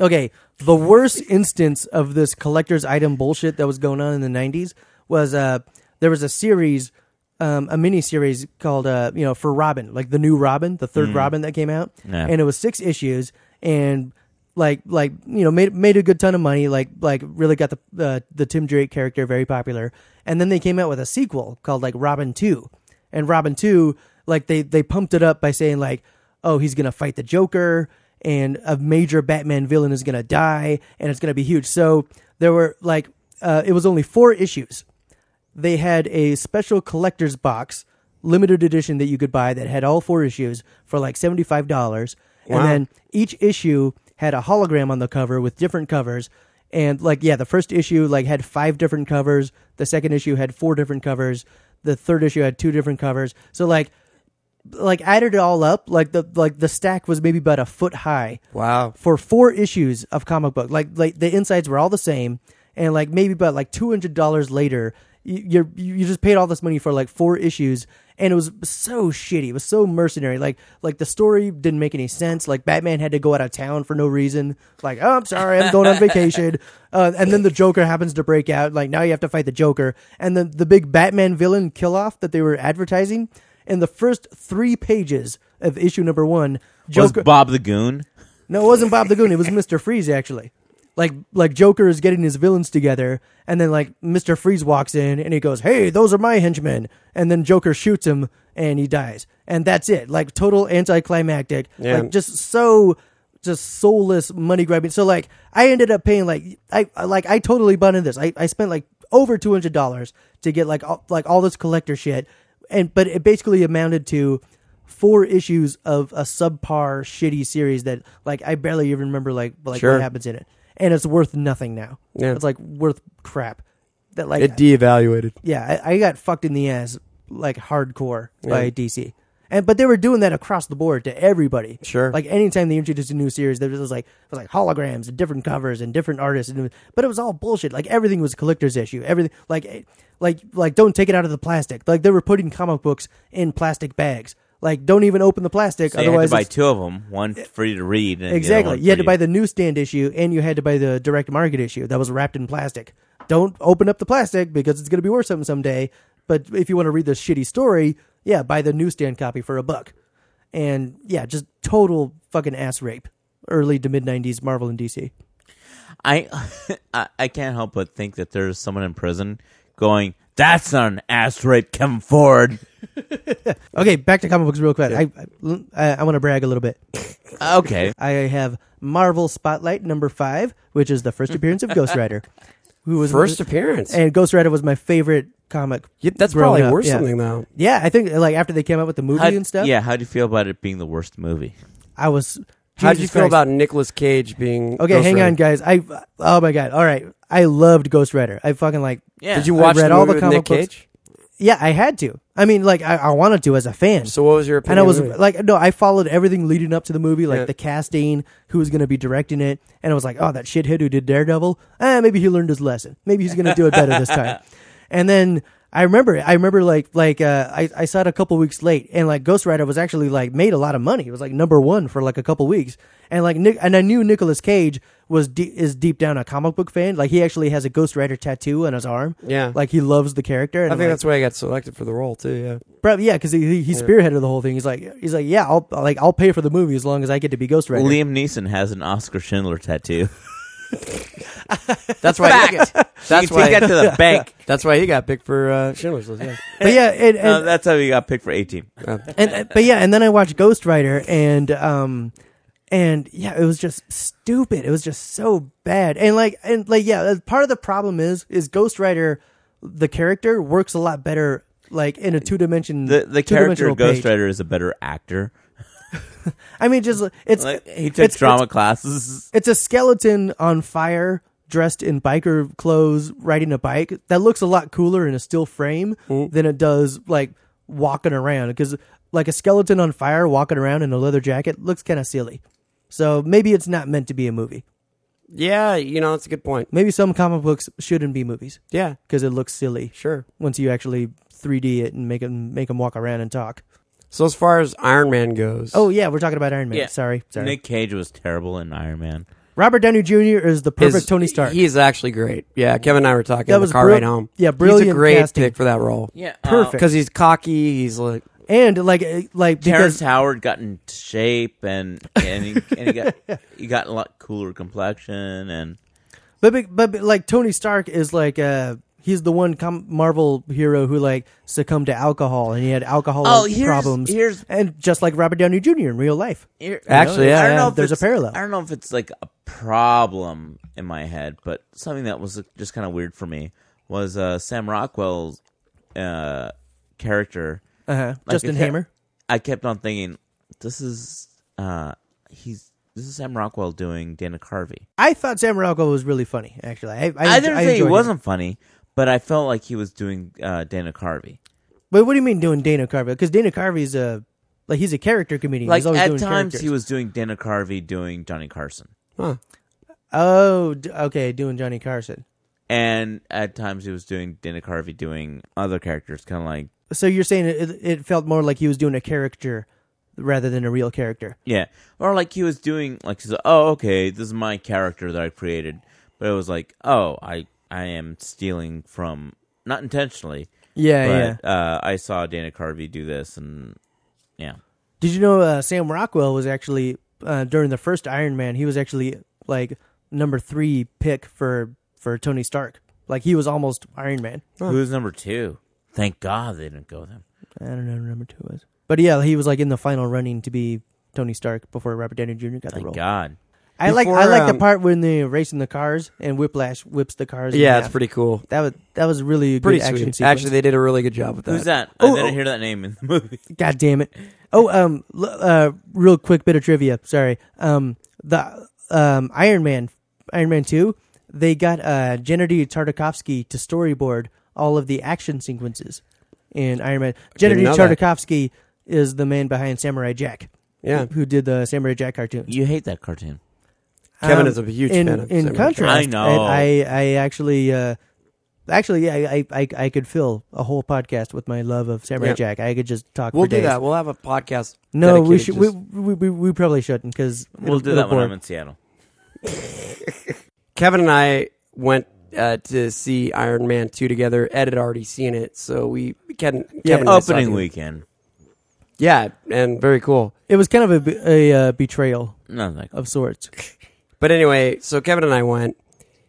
C: Okay, the worst instance of this collector's item bullshit that was going on in the '90s was uh, there was a series, um, a mini series called uh, you know for Robin, like the new Robin, the third Robin that came out,
A: Yeah.
C: and it was six issues, and like like you know made made a good ton of money, like like really got the uh, the Tim Drake character very popular, and then they came out with a sequel called like Robin Two, and Robin Two like they they pumped it up by saying like oh, he's going to fight the Joker and a major Batman villain is going to die and it's going to be huge. So there were like, uh, it was only four issues. They had a special collector's box, limited edition that you could buy that had all four issues for like $75. And then each issue had a hologram on the cover with different covers. And like, yeah, the first issue like had five different covers. The second issue had four different covers. The third issue had two different covers. So like, like added it all up, like the like the stack was maybe about a foot high
D: Wow.
C: for four issues of comic book. Like like the insides were all the same, and like maybe about like two hundred dollars later, you, you're you you just paid all this money for like four issues, and it was so shitty. It was so mercenary. Like like the story didn't make any sense. Like Batman had to go out of town for no reason. Like oh I'm sorry I'm going on vacation, uh, and then the Joker happens to break out. Like now you have to fight the Joker, and then the big Batman villain kill off that they were advertising in the first three pages of issue number one.
A: was
C: Joker,
A: Bob the Goon?
C: no, it wasn't Bob the Goon. It was Mister Freeze actually. Like like Joker is getting his villains together, and then like Mister Freeze walks in and he goes, "Hey, those are my henchmen," and then Joker shoots him and he dies, and that's it. Like total anticlimactic.
D: Yeah.
C: Like just so just soulless money grabbing. So like I ended up paying like I I- like I totally bought into this. I, I spent like over two hundred dollars to get like all, like all this collector shit, and but it basically amounted to four issues of a subpar shitty series that like I barely even remember like like
D: Sure.
C: what happens in it, and it's worth nothing now.
D: Yeah.
C: it's like worth crap. That like
D: It deevaluated.
C: yeah, I, I got fucked in the ass like hardcore by DC. And but they were doing that across the board to everybody.
D: Sure.
C: Like anytime they introduced a new series, there was like it was like holograms and different covers and different artists and it was- but it was all bullshit. Like everything was a collector's issue. Everything like eh, like like don't take it out of the plastic. Like they were putting comic books in plastic bags. Like don't even open the plastic
A: So you had to
C: otherwise
A: buy
C: it's-
A: two of them, one for you to read. And the other
C: Exactly.
A: one
C: You had
A: for
C: to buy the newsstand issue and you had to buy the direct market issue that was wrapped in plastic. Don't open up the plastic because it's going to be worth something someday. But if you want to read this shitty story, yeah, buy the newsstand copy for a buck. And yeah, just total fucking ass rape. Early to mid 90s Marvel and DC.
A: I, I I can't help but think that there's someone in prison going, "That's not an ass rape, Kevin Ford."
C: Okay, back to comic books real quick. I I, I want to brag a little bit.
A: Okay,
C: I have Marvel Spotlight number five, which is the first appearance of Ghost Rider, who was
D: First appearance.
C: and Ghost Rider was my favorite comic.
D: Yeah, that's
C: growing
D: probably
C: up,
D: worth
C: yeah.
D: something though.
C: Yeah, I think like after they came out with the movie
A: How-
C: and stuff.
A: Yeah, how do you feel about it being the worst movie?
C: I was.
D: How did
C: Jesus
D: you feel
C: Christ.
D: about Nicolas Cage being?
C: Okay,
D: Ghost
C: hang
D: Rider?
C: on, guys. I oh my god. All right, I loved Ghost Rider. I fucking like.
A: Yeah,
D: Did you
C: I
D: watch
C: read
D: the
C: all
D: movie
C: the
D: with Nick
C: comic books.
D: Cage?
C: Yeah, I had to. I mean, like I, I wanted to as a fan.
D: So what was your
C: and
D: opinion?
C: I was
D: of it?
C: like, no, I followed everything leading up to the movie, like
D: Yeah.
C: the casting, who was going to be directing it, and I was like, oh, that shithead who did Daredevil, eh, maybe he learned his lesson. Maybe he's going to do it better this time. And then I remember, I remember like like uh, I I saw it a couple weeks late, and like Ghost Rider was actually like made a lot of money. It was like number one for like a couple weeks, and like Nick and I knew Nicolas Cage was de- is deep down a comic book fan. Like he actually has a Ghost Rider tattoo on his arm.
D: Yeah.
C: like he loves the character. And
D: I
C: I'm
D: think
C: like,
D: that's why I got selected for the role too. Yeah.
C: Probably, yeah, because he, he, he spearheaded the whole thing. He's like, he's like, yeah, I'll like I'll pay for the movie as long as I get to be Ghost Rider.
A: Liam Neeson has an Oscar Schindler tattoo.
D: That's why. That's
A: Take that to
D: why.
A: the bank.
D: That's why he got picked for uh, Schindler's List. Yeah. Oh.
C: But yeah, and, and,
A: No, that's how he got picked for 18.
C: and- and- but yeah, and then I watched Ghost Rider, and um, and yeah, it was just stupid. It was just so bad, and like uh, and like yeah, that's part of the problem is is Ghost Rider, the character works a lot better like in a two dimension.
A: The, the character of Ghost Rider is a better actor.
C: I mean, just it's
A: Like, he took
C: it's-
A: drama
C: it's-
A: classes.
C: It's a skeleton on fire, dressed in biker clothes, riding a bike. That looks a lot cooler in a still frame
D: Mm.
C: than it does like walking around. Because like a skeleton on fire walking around in a leather jacket looks kind of silly. So maybe it's not meant to be a movie.
D: Yeah, you know, that's a good point.
C: Maybe some comic books shouldn't be movies
D: Yeah,
C: because it looks silly.
D: sure.
C: Once you actually 3D it and make them make them walk around and talk.
D: So as far as Iron Man goes,
C: Oh yeah, we're talking about Iron Man.
A: Yeah.
C: Sorry, sorry.
A: Nick Cage was terrible in Iron Man.
C: Robert Downey Jr. is the perfect
D: is-
C: Tony Stark.
D: He's actually great. Yeah, Kevin and I were talking
C: That
D: in the
C: was
D: car
C: brill-
D: right home.
C: yeah,
D: He's a
C: brilliant
D: great
C: casting.
D: pick for that role.
A: Yeah,
C: Perfect.
D: because he's cocky. He's like,
C: and like uh, like
A: Terrence
C: because
A: Howard got in shape and and he, and he got he got a lot cooler complexion and
C: but, but but like Tony Stark is like uh he's the one com- Marvel hero who like succumbed to alcohol and he had alcohol
A: Oh, here's-
C: problems.
A: here's-
C: and just like Robert Downey Jr. in real life.
A: Here-
D: Actually, yeah,
A: I don't
D: yeah.
A: know if
C: There's a
A: it's-
C: parallel.
A: I don't know if it's like a problem in my head, but something that was just kind of weird for me was uh, Sam Rockwell's uh, character.
C: Uh-huh.
A: Like
C: Justin
A: if he-
C: Hammer.
A: I kept on thinking, this is uh, he's this is Sam Rockwell doing Dana Carvey.
C: I thought Sam Rockwell was really funny. Actually, I I,
A: I, didn't say he
C: enjoyed him.
A: wasn't funny, but I felt like he was doing uh, Dana Carvey.
C: But what do you mean doing Dana Carvey? Because Dana Carvey's a like he's a character comedian.
A: Like
C: he's always
A: at
C: doing
A: times
C: characters.
A: he was doing Dana Carvey doing Johnny Carson,
C: Oh, d- okay, doing Johnny Carson.
A: and at times he was doing Dana Carvey doing other characters, kind of like
C: So you're saying it, it- it felt more like he was doing a character rather than a real character.
A: Yeah, or like he was doing like he's like, oh okay, this is my character that I created, but it was like oh I I am stealing from not intentionally,
C: Yeah,
A: but uh, I saw Dana Carvey do this and yeah
C: Did you know uh, Sam Rockwell was actually uh, during the first Iron Man? He was actually like number three pick for for Tony Stark. Like he was almost Iron Man.
A: who's number two? Thank God they didn't go them.
C: I don't know who number two was, but yeah, he was like in the final running to be Tony Stark before Robert Downey Jr. got the
A: Thank
C: role.
A: God.
C: I like I
D: Before,
C: like
D: um,
C: the part when they're racing the cars and Whiplash whips the cars. in
D: yeah, it's
C: half.
D: pretty cool.
C: That was that was really a
D: Pretty
C: good action
D: sweet.
C: sequence.
D: Actually, they did a really good job with that.
A: Who's that?
C: Oh,
A: I didn't
C: oh.
A: hear that name in the movie.
C: God damn it! Oh, um, l- uh, real quick bit of trivia. Sorry. Um, the um Iron Man, Iron Man Two, they got uh Gennady Tartakovsky to storyboard all of the action sequences in Iron Man.
D: Didn't
C: Gennady
D: know that.
C: Tartakovsky is the man behind Samurai Jack.
D: Yeah.
C: who, who did the Samurai Jack cartoons?
A: You hate that cartoon.
C: Um,
D: Kevin is a huge
C: in,
D: fan of
C: in
D: Samurai
C: contrast,
A: Jack. I know.
C: I, I, I actually, uh, actually, yeah, I, I, I could fill a whole podcast with my love of Samurai
D: Yeah.
C: Jack. I could just talk.
D: We'll
C: for
D: do
C: days.
D: that. We'll have a podcast.
C: No, we
D: dedicated
C: should.
D: just-
C: we, we, we, we probably shouldn't because
A: We'll do that when I'm in Seattle.
D: Kevin and I went uh, to see Iron Man two together. Ed had already seen it, so we Kevin. Kevin and I saw it
A: Opening
D: together.
A: weekend.
D: Yeah, and very cool.
C: It was kind of a be- a, uh, betrayal
A: Nothing. Like
C: of sorts.
D: But anyway, so Kevin and I went.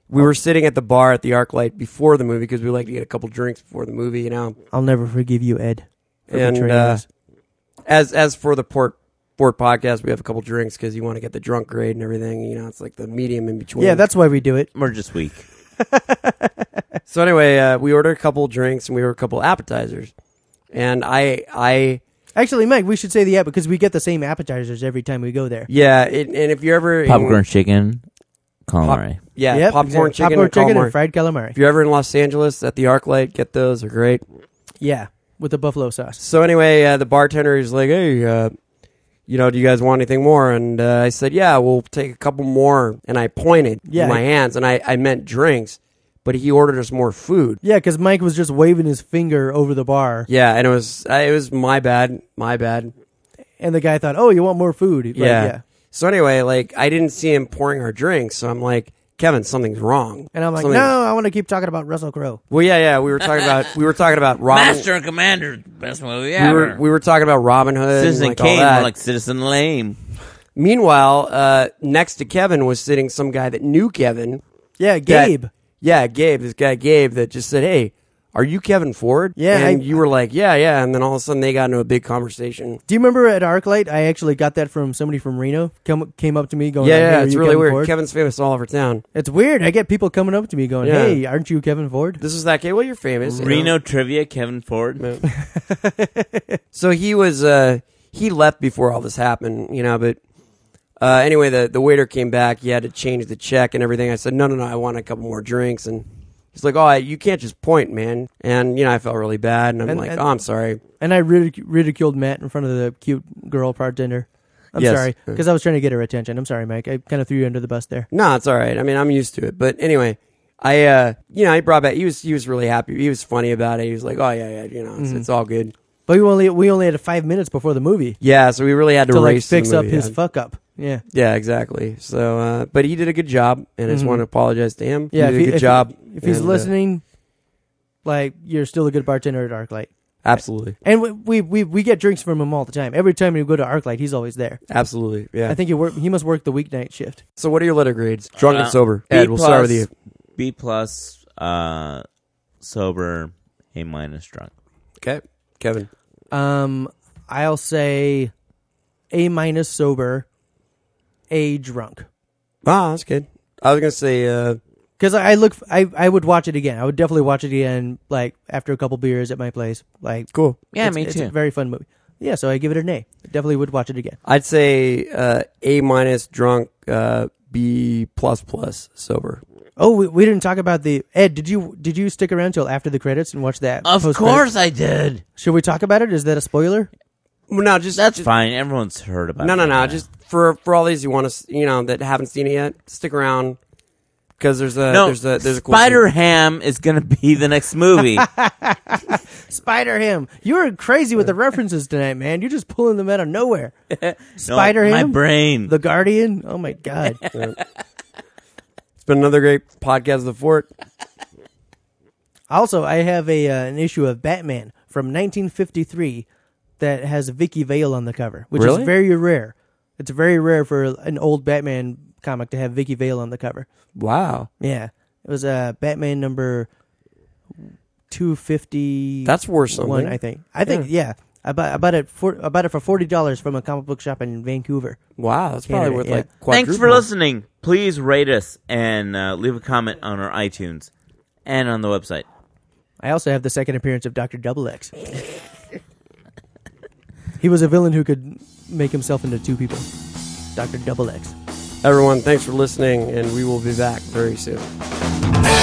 D: We were sitting at the bar at the ArcLight before the movie because we like to get a couple drinks before the movie, you know.
C: I'll never forgive you, Ed. For
D: And,
C: betraying
D: uh,
C: us.
D: As as for the port port podcast, we have a couple drinks because you want to get the drunk grade and everything. You know, it's like the medium in between.
C: yeah, that's why we do it.
A: we're just weak.
D: So anyway, uh, we ordered a couple drinks and we ordered a couple appetizers, and I I
C: Actually, Mike, we should say the app because we get the same appetizers every time we go there.
D: yeah, it, and if you're ever in-
A: Popcorn chicken,
D: Pop-
A: calamari.
D: yeah,
C: Yep,
D: popcorn
C: exactly.
D: chicken,
C: popcorn
D: and
C: chicken,
D: calamari.
C: and fried calamari.
D: if you're ever in Los Angeles at the ArcLight, get those; they're great.
C: Yeah, with the buffalo sauce.
D: So anyway, uh, the bartender is like, "Hey, uh, you know, do you guys want anything more?" And uh, I said, "Yeah, we'll take a couple more." And I pointed
C: Yeah.
D: with my hands, and I, I meant drinks, but he ordered us more food.
C: Yeah, because Mike was just waving his finger over the bar,
D: Yeah, and it was I it was my bad, my bad.
C: and the guy thought, "Oh, you want more food?" Like,
D: yeah.
C: yeah.
D: So anyway, like I didn't see him pouring our drinks, so I'm like, Kevin, something's wrong.
C: And I'm like,
D: Something-
C: "No, I want to keep talking about Russell Crowe."
D: Well, yeah, yeah. We were talking about we were talking about Robin.
F: Master and Commander, best movie
D: We
F: ever.
D: were we were talking about Robin Hood.
A: Citizen
D: and, like, all
A: Kane,
D: that.
A: more like Citizen Lame.
D: Meanwhile, uh, next to Kevin was sitting some guy that knew Kevin.
C: Yeah,
D: that-
C: Gabe.
D: yeah, Gabe. This guy Gabe that just said, "Hey, "Are you Kevin Ford?"
C: Yeah,
D: and
C: I-
D: you were like, "Yeah, yeah." And then all of a sudden, they got into a big conversation.
C: Do you remember at ArcLight? I actually got that from somebody from Reno. Come, came up to me going,
D: yeah,
C: "Hey,
D: yeah,
C: are
D: it's
C: you
D: really
C: Kevin
D: weird.
C: Ford?"
D: Kevin's famous all over town.
C: It's weird. I get people coming up to me going,
D: Yeah.
C: "Hey, aren't you Kevin Ford?"
D: This is that kid. Well, you're famous. you know.
A: Reno trivia, Kevin Ford.
D: So he was uh he left before all this happened, you know, but uh anyway the the waiter came back, he had to change the check and everything. I said, "No, no, no, I want a couple more drinks." And he's like, "Oh, I, you can't just point, man." And you know, I felt really bad and I'm
C: And-
D: like,
C: and-
D: "Oh, I'm sorry."
C: And I ridic- ridiculed Matt in front of the cute girl bartender. I'm
D: Yes.
C: sorry because I was trying to get her attention. I'm sorry, Mike. I kind of threw you under the bus there.
D: No, it's all right. I mean, I'm used to it. But anyway, I uh you know, I brought back he was he was really happy. He was funny about it. He was like, "Oh, yeah, yeah, you know,
C: Mm-hmm.
D: it's, it's all good."
C: But we only we only had five minutes before the movie
D: Yeah, so we really had to,
C: to like
D: race the
C: fix up
D: movie,
C: his
D: yeah.
C: fuck up. Yeah,
D: Yeah, exactly. So, uh, but he did a good job, and I just
C: Mhm.
D: want to apologize to him.
C: yeah.
D: he did
C: if
D: a good
C: if
D: job.
C: If he's
D: and, uh,
C: listening, like you're still a good bartender at ArcLight.
D: absolutely,
C: And we, we we we get drinks from him all the time. Every time we go to ArcLight, he's always there.
D: absolutely, yeah.
C: I think he work he must work the weeknight shift.
D: so. What are your letter grades? Drunk and
A: Uh,
D: sober.
A: B
D: Ed, we'll start with
A: plus-
D: you.
A: B plus, uh, sober, A minus drunk.
D: Okay, Kevin.
C: Um, I'll say A minus sober, A drunk.
D: Ah, that's good. I was gonna say, uh,
C: Because I I look, f- I, I would watch it again. I would definitely watch it again, like after a couple beers at my place. Like,
D: cool.
F: Yeah,
C: it's,
F: me
C: it's
F: too.
C: a very fun movie. Yeah, so I give it an A. Definitely would watch it again.
D: I'd say uh, A minus drunk, uh, B plus plus sober.
C: Oh, we, we didn't talk about the Ed. Did you did you stick around till after the credits and watch that?
F: Of
C: post-credits?
F: course I did.
C: Should we talk about it? Is that a spoiler?
D: Well, No, just
A: That's
D: just-
A: fine. Everyone's heard about
D: No,
A: it.
D: no, no.
A: by now.
D: Just for for all these you want to, you know, that haven't seen it yet, stick around because there's a
A: no.
D: there's a there's a cool
A: Spider Ham is going to be the next movie.
C: Spider Ham. You were crazy with the references tonight, man. You're just pulling them out of nowhere. Spider
A: No, My
C: Ham,
A: brain.
C: the Guardian. Oh my god.
D: It's been another great podcast of the fort.
C: Also, I have a uh, an issue of Batman from 1953 that has Vicky Vale on the cover, which
D: Really?
C: is very rare. It's very rare for an old Batman comic to have Vicky Vale on the cover.
D: Wow,
C: Yeah, it was uh, Batman number 250.
D: That's worth something.
C: One, I think. I think yeah. I bought, I bought it for I bought it for forty dollars from a comic book shop in Vancouver.
D: wow, that's probably
C: Canada,
D: worth
C: yeah.
D: like quadruple.
A: Thanks for listening. Please rate us and uh, leave a comment on our iTunes and on the website.
C: I also have the second appearance of Doctor Double X. he was a villain who could make himself into two people. Doctor Double X.
D: Everyone, thanks for listening, and we will be back very soon.
B: Hey,